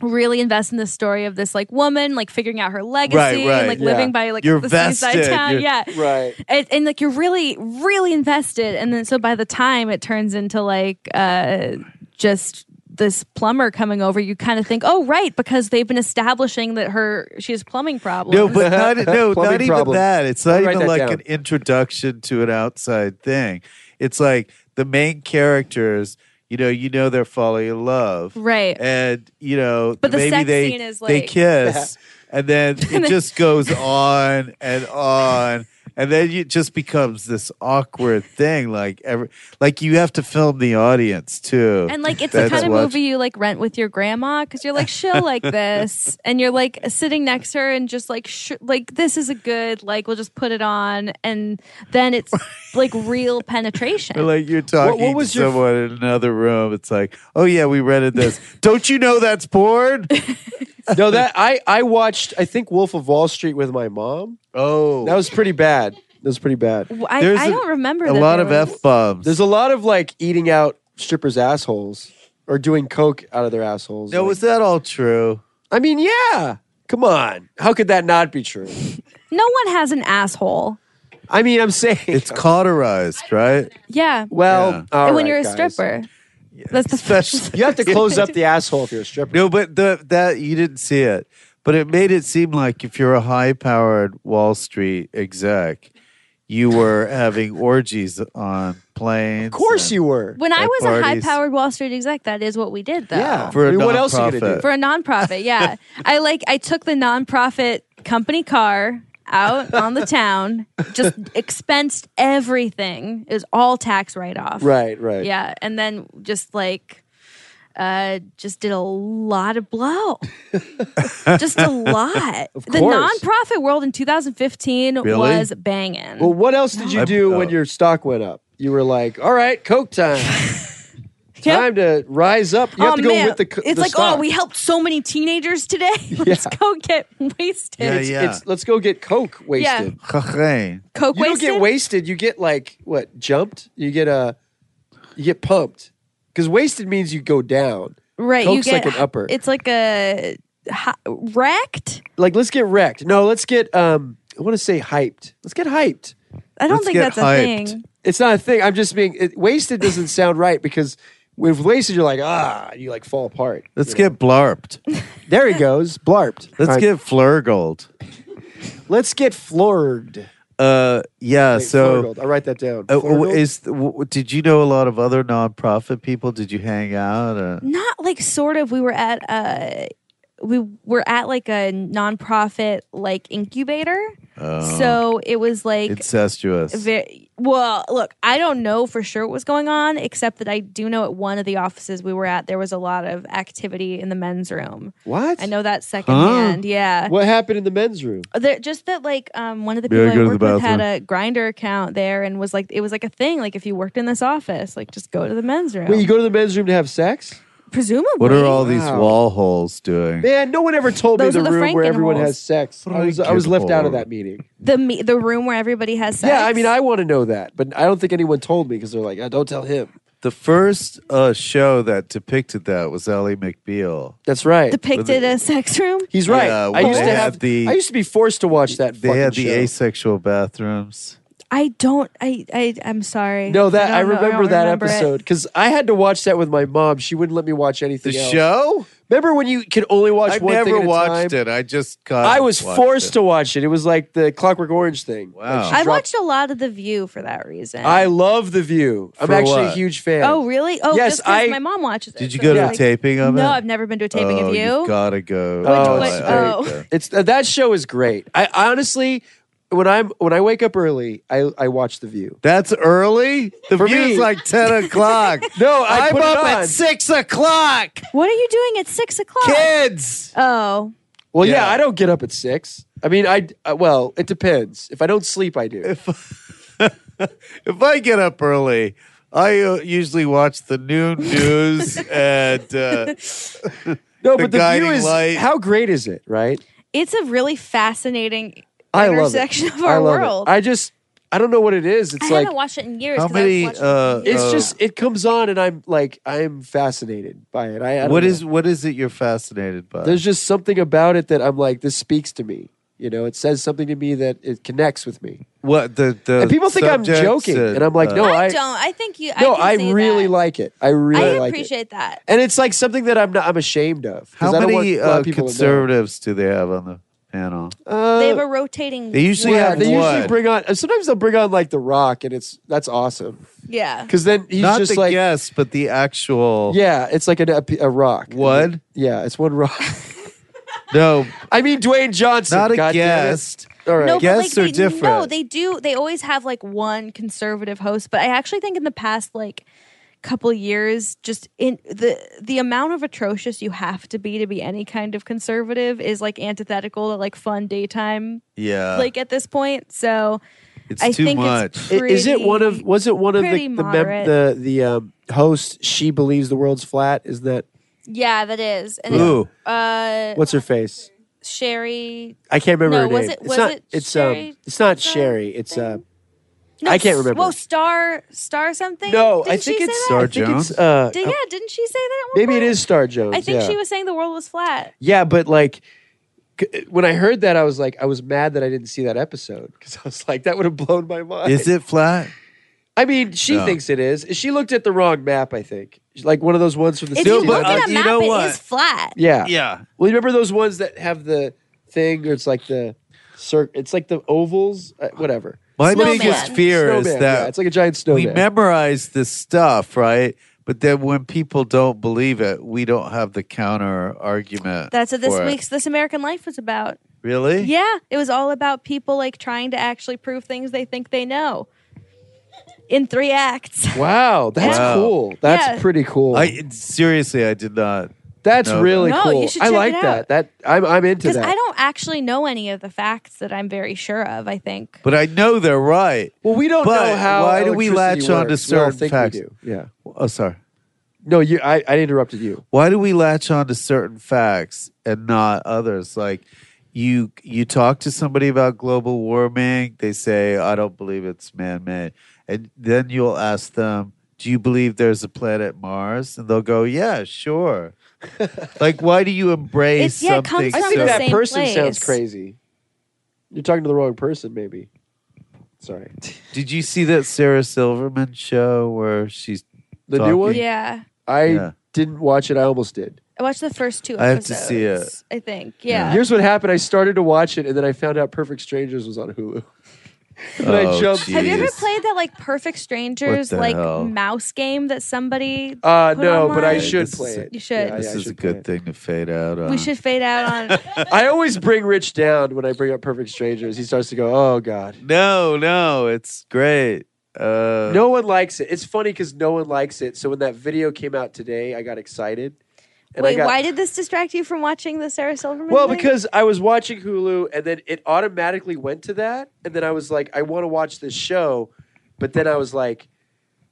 Speaker 4: really invested in the story of this like woman like figuring out her legacy
Speaker 3: right.
Speaker 4: and like
Speaker 2: Yeah.
Speaker 4: living by like
Speaker 3: You're
Speaker 4: the
Speaker 3: vested.
Speaker 4: seaside town
Speaker 3: You're-
Speaker 4: yeah
Speaker 2: right.
Speaker 4: and, and like you're really really invested and then so by the time it turns into like uh just this plumber coming over you kind of think oh right because they've been establishing that her she has plumbing problems *laughs*
Speaker 3: no, but not, no,
Speaker 2: *laughs* Plumbing
Speaker 3: not even
Speaker 2: problem.
Speaker 3: that. It's
Speaker 2: I'll
Speaker 3: not
Speaker 2: write
Speaker 3: even
Speaker 2: that
Speaker 3: like
Speaker 2: down.
Speaker 3: an introduction to an outside thing. It's like the main characters, you know, you know they're falling in love.
Speaker 4: Right.
Speaker 3: And, you know,
Speaker 4: But the
Speaker 3: maybe
Speaker 4: sex
Speaker 3: they,
Speaker 4: scene is
Speaker 3: they
Speaker 4: like- *laughs*
Speaker 3: kiss. And then it just goes on and on. And then it just becomes this awkward thing. Like every, like you have to film the audience too.
Speaker 4: and like it's the
Speaker 3: That's
Speaker 4: kind of
Speaker 3: what-
Speaker 4: movie you like rent with your grandma because you're like she'll
Speaker 3: *laughs*
Speaker 4: like this and you're like sitting next to her and just like sh- like this is a good like we'll just put it on and
Speaker 3: *laughs*
Speaker 4: then it's like real
Speaker 3: *laughs*
Speaker 4: penetration
Speaker 3: Or like you're talking
Speaker 2: what was
Speaker 3: to
Speaker 2: your-
Speaker 3: someone in another room. It's like, oh yeah, we rented
Speaker 4: *laughs*
Speaker 3: this. Don't you know that's porn?
Speaker 2: *laughs* No, that I I watched. I think Wolf of Wall Street with my mom.
Speaker 3: Oh,
Speaker 2: That was pretty bad. That was pretty bad.
Speaker 4: W- I,
Speaker 3: There's
Speaker 4: I
Speaker 3: a-
Speaker 4: don't remember
Speaker 3: a
Speaker 4: that
Speaker 3: lot
Speaker 4: there
Speaker 3: of
Speaker 4: was-
Speaker 3: f bombs.
Speaker 2: There's a lot of like eating out strippers' assholes or doing coke out of their assholes.
Speaker 3: No,
Speaker 2: like-
Speaker 3: was that all true?
Speaker 2: I mean, yeah. Come on. How could that not be true?
Speaker 4: no one has an asshole
Speaker 2: I mean, I'm saying
Speaker 3: It's cauterized, right?
Speaker 4: yeah
Speaker 2: *laughs* well,
Speaker 3: Yeah.
Speaker 2: all
Speaker 4: And when
Speaker 2: right,
Speaker 4: you're a
Speaker 2: guys.
Speaker 4: stripper That's the
Speaker 3: especially
Speaker 2: You have to close up the asshole if you're a stripper.
Speaker 3: No, but the, that you didn't see it, but it made it seem like if you're a high-powered Wall Street exec, you
Speaker 2: *laughs*
Speaker 3: were having orgies on planes.
Speaker 2: Of course
Speaker 3: and- *laughs*
Speaker 2: you were.
Speaker 4: *laughs* When I
Speaker 3: At
Speaker 4: was a
Speaker 3: parties.
Speaker 4: high-powered Wall Street exec, that is what we did, though.
Speaker 2: Yeah.
Speaker 3: For a
Speaker 2: I mean, what else are you gonna
Speaker 3: nonprofit.
Speaker 2: do?
Speaker 4: For a nonprofit,
Speaker 2: *laughs*
Speaker 4: yeah. I like I took the nonprofit company car out on the town,
Speaker 2: *laughs*
Speaker 4: just expensed everything. It was all tax write-off.
Speaker 2: Right, right.
Speaker 4: Yeah, and then just like uh just did a lot of
Speaker 2: *laughs*
Speaker 4: blow. just a lot. the
Speaker 2: course.
Speaker 4: nonprofit world in 2015
Speaker 3: Really?
Speaker 4: was banging.
Speaker 2: Well, what else did you
Speaker 3: I-
Speaker 2: do
Speaker 3: uh,
Speaker 2: when your stock went up? You were like, all right,
Speaker 4: *laughs*
Speaker 2: Coke time. Time to rise up. You have to go with the. co-
Speaker 4: Oh, It's
Speaker 2: the
Speaker 4: like,
Speaker 2: stock.
Speaker 4: oh, we helped so many teenagers today. *laughs* Let's
Speaker 2: Yeah.
Speaker 4: go get wasted.
Speaker 3: Yeah,
Speaker 2: It's, it's let's go get Coke
Speaker 4: Yeah.
Speaker 2: wasted.
Speaker 3: Cocaine.
Speaker 4: Coke
Speaker 2: You
Speaker 4: wasted.
Speaker 2: don't get wasted. You get like what jumped. You get uh, you get pumped because wasted means you go down.
Speaker 4: right,
Speaker 2: Coke's
Speaker 4: you get
Speaker 2: like an upper.
Speaker 4: It's like a hi- wrecked.
Speaker 2: Like let's get wrecked. No, let's get um. I want to say hyped. Let's get hyped.
Speaker 4: I don't
Speaker 3: Let's
Speaker 4: think
Speaker 3: get
Speaker 4: that's a
Speaker 3: hyped.
Speaker 4: thing.
Speaker 2: It's not a thing. I'm just being it, wasted. Doesn't sound right because with wasted you're like ah, you like fall apart.
Speaker 3: Let's get blarped.
Speaker 2: There he goes. Blarped.
Speaker 3: Let's
Speaker 2: All right,
Speaker 3: get flurgled.
Speaker 2: let's get floored.
Speaker 3: Uh, yeah.
Speaker 2: Wait,
Speaker 3: so,
Speaker 2: florgled. I'll write that down.
Speaker 3: uh, w-
Speaker 2: Florgled?
Speaker 3: is w- did you know a lot of other nonprofit people? Did you hang out? Uh,
Speaker 4: Not like sort of. We were at uh we were at like a nonprofit like incubator.
Speaker 3: Oh.
Speaker 4: so it was like
Speaker 3: incestuous.
Speaker 4: Very, well, look, I don't know for sure what was going on, except that I do know at one of the offices we were at, there was a lot of activity in the men's room.
Speaker 2: what?
Speaker 4: I know that secondhand. Yeah.
Speaker 2: What happened in the men's room?
Speaker 4: There, just that, like, um, one of the
Speaker 3: Yeah,
Speaker 4: people I
Speaker 3: go to the
Speaker 4: worked with had
Speaker 3: bathroom.
Speaker 4: a grinder account there and was like, it was like a thing. Like, if you worked in this office, like, just go to the men's room.
Speaker 2: Wait, you go to the men's room to have sex?
Speaker 4: Presumably.
Speaker 3: what are all these
Speaker 2: Wow.
Speaker 3: wall holes doing?
Speaker 2: Man, no one ever told
Speaker 4: Those
Speaker 2: me
Speaker 4: are
Speaker 2: the
Speaker 4: the
Speaker 2: room where everyone
Speaker 4: Franken-holes.
Speaker 2: has sex. I was, I was left out of
Speaker 4: *laughs*
Speaker 2: that meeting.
Speaker 4: the me- the room where everybody has sex?
Speaker 2: Yeah, I mean, I want to know that, but I don't think anyone told me because they're like, oh, don't tell him.
Speaker 3: The first uh, show that depicted that was Ellie McBeal.
Speaker 2: That's right.
Speaker 4: depicted a sex room.
Speaker 2: He's right.
Speaker 3: Yeah,
Speaker 2: I
Speaker 3: well,
Speaker 2: used
Speaker 3: they
Speaker 2: to
Speaker 3: had
Speaker 2: have
Speaker 3: the-
Speaker 2: I used to be forced to watch that.
Speaker 3: They
Speaker 2: fucking
Speaker 3: had the
Speaker 2: show.
Speaker 3: asexual bathrooms.
Speaker 4: I don't. I. I. I'm sorry.
Speaker 2: No, that I,
Speaker 4: don't know-
Speaker 2: remember
Speaker 4: don't
Speaker 2: that
Speaker 4: remember it.
Speaker 2: episode because I had to watch that with my mom. She wouldn't let me watch anything. else.
Speaker 3: show?
Speaker 2: Remember when you could only watch
Speaker 3: I
Speaker 2: one thing
Speaker 3: never
Speaker 2: at a
Speaker 3: watched
Speaker 2: time?
Speaker 3: it. I just caught.
Speaker 2: I was forced to watch it. It was like the Clockwork Orange thing.
Speaker 3: Wow.
Speaker 2: Like, she
Speaker 4: I
Speaker 2: dropped-
Speaker 4: watched a lot of The View for that reason.
Speaker 2: I love the View. I'm
Speaker 3: For
Speaker 2: actually a
Speaker 3: what?
Speaker 2: huge fan.
Speaker 4: oh really? Oh,
Speaker 2: Yes,
Speaker 4: just 'cause
Speaker 2: I-
Speaker 4: my mom watches it.
Speaker 3: Did you
Speaker 4: so
Speaker 3: go to
Speaker 4: I'm
Speaker 3: a
Speaker 4: like,
Speaker 3: taping of it?
Speaker 4: No, I've never been to a taping
Speaker 3: oh,
Speaker 4: of you.
Speaker 3: gotta go.
Speaker 2: Oh,
Speaker 4: Which-
Speaker 2: it's
Speaker 4: oh.
Speaker 2: great, though. It's uh, that show is great. I, I honestly, when I'm when I wake up early, I I watch The View.
Speaker 3: That's early. The
Speaker 2: For
Speaker 3: view's *laughs*
Speaker 2: me.
Speaker 3: like ten o'clock.
Speaker 2: No, I
Speaker 3: I'm
Speaker 2: put it
Speaker 3: up
Speaker 2: on.
Speaker 3: at six *laughs* o'clock.
Speaker 4: What are you doing at six o'clock?
Speaker 3: Kids.
Speaker 4: Oh,
Speaker 2: Well, yeah,
Speaker 3: Yeah.
Speaker 2: I don't get up at six. I mean, I uh, well, it depends. If I don't sleep, I do.
Speaker 3: If I get up early, I uh, usually watch the noon *laughs* news and uh,
Speaker 2: no,
Speaker 3: the
Speaker 2: but the View
Speaker 3: guiding
Speaker 2: is
Speaker 3: light.
Speaker 2: how great is it, right?
Speaker 4: it's a really fascinating
Speaker 2: I love it.
Speaker 4: intersection of our
Speaker 2: I love it.
Speaker 4: world.
Speaker 2: I just I don't know what it is.
Speaker 4: I
Speaker 2: It's
Speaker 4: haven't
Speaker 2: like
Speaker 4: watched it in years.
Speaker 3: How
Speaker 4: 'cause I've
Speaker 3: many,
Speaker 4: watched
Speaker 3: uh,
Speaker 4: it.
Speaker 2: it's
Speaker 3: Oh.
Speaker 2: just it comes on, and I'm like I'm fascinated by it. I, I don't
Speaker 3: what
Speaker 2: know.
Speaker 3: is what is it you're fascinated by?
Speaker 2: there's just something about it that I'm like this speaks to me. You know, it says something to me that it connects with me.
Speaker 3: what the, the
Speaker 2: And people think I'm
Speaker 3: subjects uh,
Speaker 2: joking, and I'm like, no,
Speaker 4: I,
Speaker 2: I-
Speaker 4: don't. I think you.
Speaker 2: No,
Speaker 4: I, can
Speaker 2: I,
Speaker 4: see
Speaker 2: really
Speaker 4: that.
Speaker 2: like it. I really
Speaker 4: I
Speaker 2: like it.
Speaker 4: appreciate that.
Speaker 2: And it's like something that I'm not I'm ashamed of. 'cause
Speaker 3: How
Speaker 2: I don't
Speaker 3: many
Speaker 2: want a lot
Speaker 3: uh,
Speaker 2: of people to know.
Speaker 3: conservatives do they have on the panel?
Speaker 2: Uh,
Speaker 4: They have a rotating.
Speaker 3: They usually
Speaker 2: yeah,
Speaker 3: have
Speaker 2: they usually
Speaker 3: one.
Speaker 2: bring on. uh, Sometimes they'll bring on like The Rock, and it's that's awesome
Speaker 4: yeah.
Speaker 2: because then he's
Speaker 3: Not
Speaker 2: just
Speaker 3: the
Speaker 2: like,
Speaker 3: guest, but the actual.
Speaker 2: yeah, it's like an, a, a rock.
Speaker 3: What?
Speaker 2: Yeah, it's one rock. *laughs*
Speaker 3: No,
Speaker 2: I mean, Dwayne Johnson.
Speaker 3: not a
Speaker 2: God damn it.
Speaker 3: guest.
Speaker 2: All right.
Speaker 4: No,
Speaker 3: Guests
Speaker 4: but
Speaker 3: are
Speaker 4: like they,
Speaker 3: different.
Speaker 4: No, they do. They always have like one conservative host, but I actually think in the past like couple years, just in the the amount of atrocious you have to be to be any kind of conservative is like antithetical to like fun daytime.
Speaker 3: Yeah,
Speaker 2: Uh.
Speaker 4: like at this point, so
Speaker 3: it's
Speaker 4: I
Speaker 3: too
Speaker 4: think
Speaker 3: much.
Speaker 4: it's
Speaker 2: I-
Speaker 4: pretty,
Speaker 2: is it one of was it one of the
Speaker 4: pretty
Speaker 2: the mem-
Speaker 4: moderate.
Speaker 2: the, the um, host? She believes the world's flat. Is that
Speaker 4: yeah that is and
Speaker 3: Ooh.
Speaker 4: It, uh
Speaker 2: what's her face?
Speaker 4: Sherry
Speaker 2: I can't
Speaker 4: No,
Speaker 2: remember her
Speaker 4: was
Speaker 2: name.
Speaker 4: it-
Speaker 2: it's
Speaker 4: was
Speaker 2: not.
Speaker 4: it
Speaker 2: it's um.
Speaker 4: Sherry
Speaker 2: It's not
Speaker 4: something?
Speaker 2: Sherry. It's uh. I can't
Speaker 4: s-
Speaker 2: remember.
Speaker 4: Well, star star something.
Speaker 2: No,
Speaker 4: Didn't
Speaker 2: I think
Speaker 4: she
Speaker 2: it's
Speaker 4: say that?
Speaker 3: Star
Speaker 2: I think it's,
Speaker 3: Jones?
Speaker 2: uh,
Speaker 4: Did, yeah, didn't she say that? At one
Speaker 2: Maybe it
Speaker 4: point?
Speaker 2: is Star Jones.
Speaker 4: I think
Speaker 2: yeah.
Speaker 4: she was saying the world was flat.
Speaker 2: Yeah, but like c- when I heard that, I was like, I was mad that I didn't see that episode because I was like, that would have blown my mind.
Speaker 3: Is it flat?
Speaker 2: I mean, she
Speaker 3: No.
Speaker 2: thinks it is. She looked at the wrong map. I think, She's like one of those ones from the.
Speaker 4: If
Speaker 3: No,
Speaker 4: you
Speaker 2: city.
Speaker 3: but,
Speaker 4: look
Speaker 3: uh,
Speaker 4: at a
Speaker 3: you
Speaker 4: map,
Speaker 3: know
Speaker 4: it
Speaker 3: what?
Speaker 4: is flat.
Speaker 2: yeah,
Speaker 3: Yeah.
Speaker 2: Well, you remember those ones that have the thing, or it's like the cir- It's like the ovals, uh, whatever.
Speaker 3: My
Speaker 4: Snowman.
Speaker 3: biggest fear is
Speaker 2: Snowman, yeah,
Speaker 3: that
Speaker 2: it's like a giant
Speaker 3: we
Speaker 2: snowman.
Speaker 3: memorize this stuff, right? But then when people don't believe it, we don't have the counter argument.
Speaker 4: That's what this
Speaker 3: for it.
Speaker 4: week's This American Life was about.
Speaker 3: Really?
Speaker 4: Yeah, it was all about people like trying to actually prove things they think they know in three acts.
Speaker 2: wow, that's
Speaker 3: Wow.
Speaker 2: cool. That's
Speaker 4: Yeah.
Speaker 2: pretty cool.
Speaker 3: I seriously, I did not.
Speaker 2: that's
Speaker 3: No.
Speaker 2: really
Speaker 4: No,
Speaker 2: cool.
Speaker 4: you should
Speaker 2: I
Speaker 4: check
Speaker 2: like
Speaker 4: it
Speaker 2: that.
Speaker 4: out.
Speaker 2: That I'm I'm
Speaker 4: *laughs*
Speaker 2: into
Speaker 4: Because
Speaker 2: that.
Speaker 4: I don't actually know any of the facts that I'm very sure of, I think.
Speaker 3: But I know they're right.
Speaker 2: well, we don't
Speaker 3: But
Speaker 2: know how.
Speaker 3: why do we
Speaker 2: electricity
Speaker 3: latch on to
Speaker 2: works.
Speaker 3: certain
Speaker 2: well, I think
Speaker 3: facts?
Speaker 2: We do. Yeah.
Speaker 3: Oh, sorry.
Speaker 2: No, you. I, I interrupted you.
Speaker 3: why do we latch on to certain facts and not others like you you talk to somebody about global warming they say i don't believe it's man-made and then you'll ask them do you believe there's a planet mars and they'll go yeah
Speaker 2: *laughs*
Speaker 3: sure like why do you embrace
Speaker 4: It's- yeah, it
Speaker 3: something
Speaker 4: comes from
Speaker 2: I
Speaker 4: the
Speaker 2: think that
Speaker 4: same
Speaker 2: person
Speaker 4: place.
Speaker 2: sounds crazy. You're talking to the wrong person, maybe. Sorry.
Speaker 3: did you see that sarah silverman show where she's
Speaker 2: The
Speaker 3: Talking.
Speaker 2: new one.
Speaker 4: Yeah.
Speaker 2: I
Speaker 3: Yeah.
Speaker 2: didn't watch it. I almost did.
Speaker 4: I watched the first two
Speaker 3: I have
Speaker 4: episodes.
Speaker 3: to see
Speaker 4: I think. Yeah.
Speaker 2: Here's what happened. I started to watch it, and then I found out Perfect Strangers was on Hulu. *laughs* and I
Speaker 3: Oh,
Speaker 2: jumped.
Speaker 3: geez.
Speaker 4: Have you ever
Speaker 3: Jeez.
Speaker 4: played that like Perfect Strangers
Speaker 3: the
Speaker 4: like
Speaker 3: hell? Uh-huh.
Speaker 4: mouse game that somebody
Speaker 2: Uh,
Speaker 4: Put
Speaker 2: no,
Speaker 4: online.
Speaker 2: but I
Speaker 4: Yeah,
Speaker 2: should
Speaker 3: this
Speaker 2: play
Speaker 3: is a-
Speaker 2: it.
Speaker 4: You should.
Speaker 2: Yeah,
Speaker 3: this
Speaker 2: yeah, I
Speaker 3: is a
Speaker 2: should
Speaker 3: good
Speaker 2: play
Speaker 3: thing to fade out on
Speaker 4: we should fade out
Speaker 3: *laughs*
Speaker 4: on?
Speaker 2: it. I always bring Rich down when I bring up Perfect Strangers. He starts to go, "Oh God."
Speaker 3: no no it's great uh
Speaker 2: No one likes it. It's funny because no one likes it. So when that video came out today, I got excited. And I
Speaker 4: Wait,
Speaker 2: got,
Speaker 4: why did this distract you from watching the Sarah Silverman?
Speaker 2: Well,
Speaker 4: thing?
Speaker 2: because I was watching Hulu and then it automatically went to that. And then I was like, I want to watch this show. But then I was like,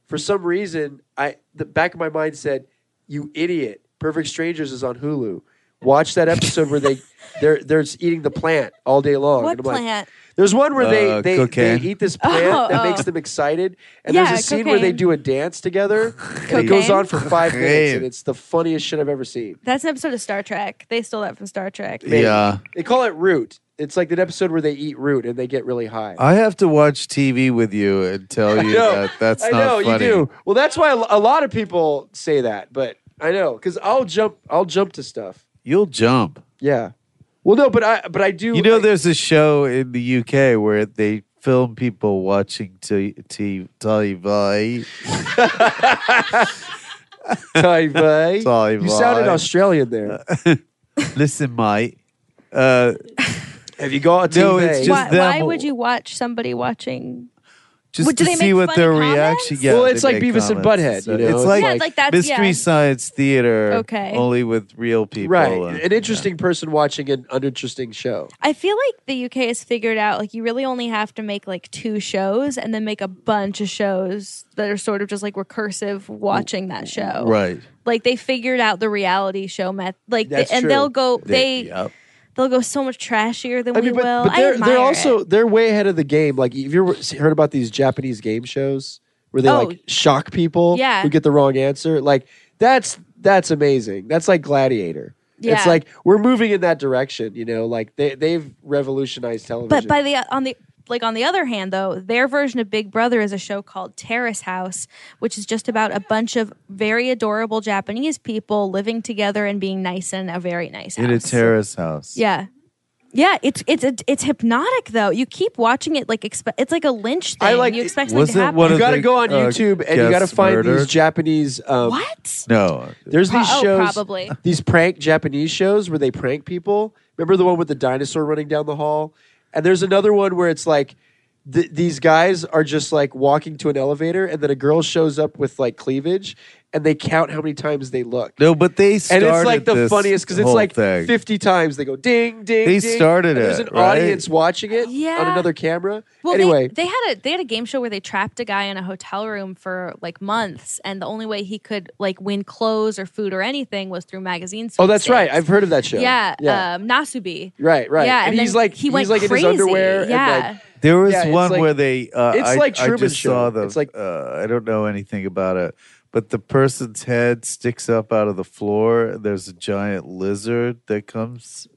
Speaker 2: for some reason, I the back of my mind said, You idiot. Perfect Strangers is on Hulu. Watch that episode where
Speaker 4: *laughs*
Speaker 2: they they're they're just eating the plant all day long.
Speaker 4: what
Speaker 2: And I'm like,
Speaker 4: plant?
Speaker 2: there's one where
Speaker 3: Uh,
Speaker 2: they, they, they
Speaker 3: cocaine.
Speaker 2: eat this plant
Speaker 4: Oh,
Speaker 2: that
Speaker 4: oh.
Speaker 2: makes them excited. And
Speaker 4: Yeah,
Speaker 2: there's a scene where they
Speaker 4: cocaine.
Speaker 2: do a dance together. And it goes
Speaker 4: Cocaine.
Speaker 2: on for five minutes.
Speaker 3: Cocaine.
Speaker 2: And it's the funniest shit I've ever seen.
Speaker 4: That's an episode of Star Trek. They stole that from Star Trek.
Speaker 2: maybe.
Speaker 3: yeah
Speaker 2: They call it root. It's like that episode where they eat root and they get really high. *laughs*
Speaker 3: I have to watch TV with you and tell you
Speaker 2: know.
Speaker 3: that that's
Speaker 2: I
Speaker 3: not
Speaker 2: know
Speaker 3: funny.
Speaker 2: you do. Well, that's why a lo- a lot of people say that, but I know because I'll jump. I'll jump to stuff.
Speaker 3: You'll jump.
Speaker 2: Yeah. Well, no, but I but I do.
Speaker 3: You know,
Speaker 2: like-
Speaker 3: there's *laughs* a show in the UK where they film people watching t- t- TV.
Speaker 2: Tai Vai.
Speaker 3: Tai
Speaker 2: You sounded
Speaker 3: Vai. *laughs*
Speaker 2: Australian there.
Speaker 3: Listen, mate. Uh,
Speaker 2: Have you got a
Speaker 3: No,
Speaker 2: TV?
Speaker 3: it's just-
Speaker 4: Why, why
Speaker 3: them-
Speaker 4: would you watch somebody watching?
Speaker 3: just
Speaker 4: Well,
Speaker 3: to
Speaker 4: do they
Speaker 3: see
Speaker 4: make
Speaker 3: what
Speaker 4: funny
Speaker 3: their
Speaker 4: comments?
Speaker 3: reaction. Yeah,
Speaker 2: Well,
Speaker 3: they
Speaker 2: it's like
Speaker 3: make
Speaker 2: Beavis and
Speaker 3: comments.
Speaker 2: Butthead,
Speaker 3: So
Speaker 2: you know?
Speaker 3: it's
Speaker 2: It's
Speaker 3: like,
Speaker 4: yeah, like that's
Speaker 3: mystery
Speaker 4: yeah.
Speaker 3: science theater.
Speaker 4: Okay.
Speaker 3: only with real people.
Speaker 2: right.
Speaker 3: and-
Speaker 2: An interesting person watching an uninteresting show.
Speaker 4: I feel like the UK has figured out like you really only have to make like two shows and then make a bunch of shows that are sort of just like recursive watching that show.
Speaker 3: Right.
Speaker 4: Like they figured out the reality show method. Like
Speaker 2: That's
Speaker 4: they, and
Speaker 2: true.
Speaker 4: they'll go
Speaker 3: They-
Speaker 4: they
Speaker 3: yep.
Speaker 4: they'll go so much trashier than
Speaker 2: I
Speaker 4: we
Speaker 2: mean, but,
Speaker 4: will.
Speaker 2: but
Speaker 4: I
Speaker 2: they're
Speaker 4: admire
Speaker 2: they're also
Speaker 4: it.
Speaker 2: they're way ahead of the game. Like, have you ever heard about these Japanese game shows where they
Speaker 4: Oh.
Speaker 2: like shock people
Speaker 4: Yeah.
Speaker 2: who get the wrong answer? Like, that's that's amazing. That's like Gladiator.
Speaker 4: Yeah.
Speaker 2: It's like we're moving in that direction. You know, like they they've revolutionized television.
Speaker 4: But by the on the like on the other hand though, their version of Big Brother is a show called Terrace House, which is just about a bunch of very adorable Japanese people living together and being nice in a very nice house.
Speaker 3: In a terrace house.
Speaker 4: Yeah. Yeah, it's it's a, it's hypnotic though. You keep watching it like expe- it's like a Lynch thing.
Speaker 2: I like-
Speaker 4: you expect something
Speaker 3: Was
Speaker 4: to
Speaker 3: it
Speaker 4: happen.
Speaker 3: one
Speaker 2: you
Speaker 3: of
Speaker 2: got to
Speaker 3: the,
Speaker 2: go on
Speaker 3: uh,
Speaker 2: YouTube and you got to
Speaker 3: guests
Speaker 2: find
Speaker 3: murdered?
Speaker 2: these Japanese. Um,
Speaker 4: what?
Speaker 3: No.
Speaker 2: There's
Speaker 4: Pro-
Speaker 2: these
Speaker 4: oh,
Speaker 2: shows,
Speaker 4: probably.
Speaker 2: *laughs* these prank Japanese shows where they prank people. Remember the one with the dinosaur running down the hall? And there's another one where it's like th- these guys are just like walking to an elevator, and then a girl shows up with like cleavage, and they count how many times they look.
Speaker 3: No, but they
Speaker 2: and
Speaker 3: started
Speaker 2: it's like the
Speaker 3: this
Speaker 2: funniest because it's
Speaker 3: whole
Speaker 2: like
Speaker 3: thing.
Speaker 2: 50 times they go ding, ding.
Speaker 3: They
Speaker 2: ding,
Speaker 3: started
Speaker 2: and There's
Speaker 3: it,
Speaker 2: an
Speaker 3: right?
Speaker 2: audience watching it on
Speaker 4: Yeah.
Speaker 2: another camera.
Speaker 4: Well,
Speaker 2: anyway,
Speaker 4: they, they had a they had a game show where they trapped a guy in a hotel room for like months, and the only way he could like win clothes or food or anything was through magazines.
Speaker 2: oh, that's right. I've heard of that show.
Speaker 4: yeah,
Speaker 2: yeah,
Speaker 4: Um, Nasubi.
Speaker 2: right, right.
Speaker 4: Yeah, and,
Speaker 2: he's
Speaker 4: then
Speaker 2: like
Speaker 4: he went
Speaker 2: he's like
Speaker 4: crazy.
Speaker 2: in his underwear.
Speaker 4: Yeah,
Speaker 2: and like,
Speaker 3: There was
Speaker 2: Yeah, it's
Speaker 3: one
Speaker 2: like-
Speaker 3: where they. Uh,
Speaker 2: it's
Speaker 3: I,
Speaker 2: like
Speaker 3: I
Speaker 2: Truman
Speaker 3: just saw
Speaker 2: Show.
Speaker 3: the.
Speaker 2: It's like-
Speaker 3: uh, I don't know anything about it, but the person's head sticks up out of the floor. And there's a giant lizard that comes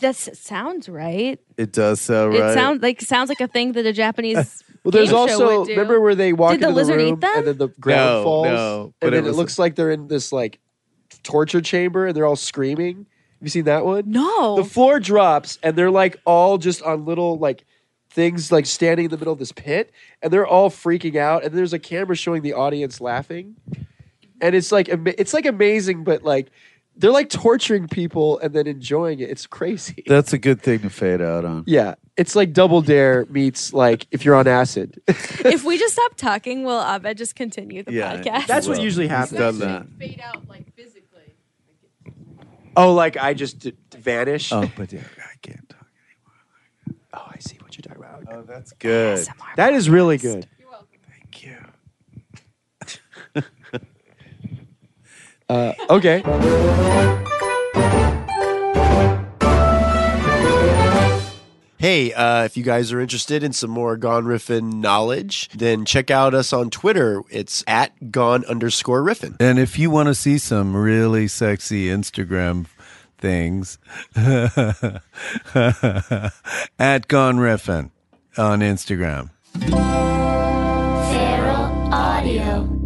Speaker 4: That sounds right.
Speaker 3: It does sound right.
Speaker 4: It sounds like sounds like a thing that a Japanese
Speaker 2: *laughs* Well,
Speaker 4: game
Speaker 2: there's
Speaker 4: show
Speaker 2: also
Speaker 4: would do.
Speaker 2: remember where they walk
Speaker 4: Did the
Speaker 2: into
Speaker 4: lizard eat
Speaker 2: room
Speaker 4: them?
Speaker 2: and then the ground
Speaker 3: No,
Speaker 2: falls,
Speaker 3: no, but
Speaker 2: and
Speaker 3: it
Speaker 2: then it,
Speaker 3: was-
Speaker 2: looks like they're in this like torture chamber and they're all screaming. Have you seen that one?
Speaker 4: no.
Speaker 2: *laughs* The floor drops and they're like all just on little like things like standing in the middle of this pit and they're all freaking out and there's a camera showing the audience laughing, and it's like ama- it's like amazing, but like they're like torturing people and then enjoying it. It's crazy.
Speaker 3: That's a good thing to fade out on.
Speaker 2: yeah, it's like Double Dare meets like if you're on acid. *laughs*
Speaker 4: if we just stop talking, will Abed just continue the
Speaker 3: Yeah.
Speaker 4: podcast? *laughs*
Speaker 2: That's what
Speaker 3: Well,
Speaker 2: usually
Speaker 3: he's
Speaker 2: happens.
Speaker 3: Done
Speaker 5: Especially
Speaker 3: that.
Speaker 5: Fade out like physically.
Speaker 2: Oh, like I just d- d- vanish.
Speaker 3: Oh, but yeah, I can't talk.
Speaker 2: Oh, I see what you're talking about.
Speaker 3: Oh, that's good.
Speaker 4: ASMR.
Speaker 2: that is really good.
Speaker 5: You're welcome.
Speaker 3: Thank you.
Speaker 2: Uh, okay.
Speaker 6: Hey, uh, if you guys are interested in some more Gone Riffin knowledge, then check out us on Twitter. It's at Gone underscore Riffin.
Speaker 3: And if you want to see some really sexy Instagram things, *laughs* at Gone Riffin on Instagram.
Speaker 7: Feral Audio.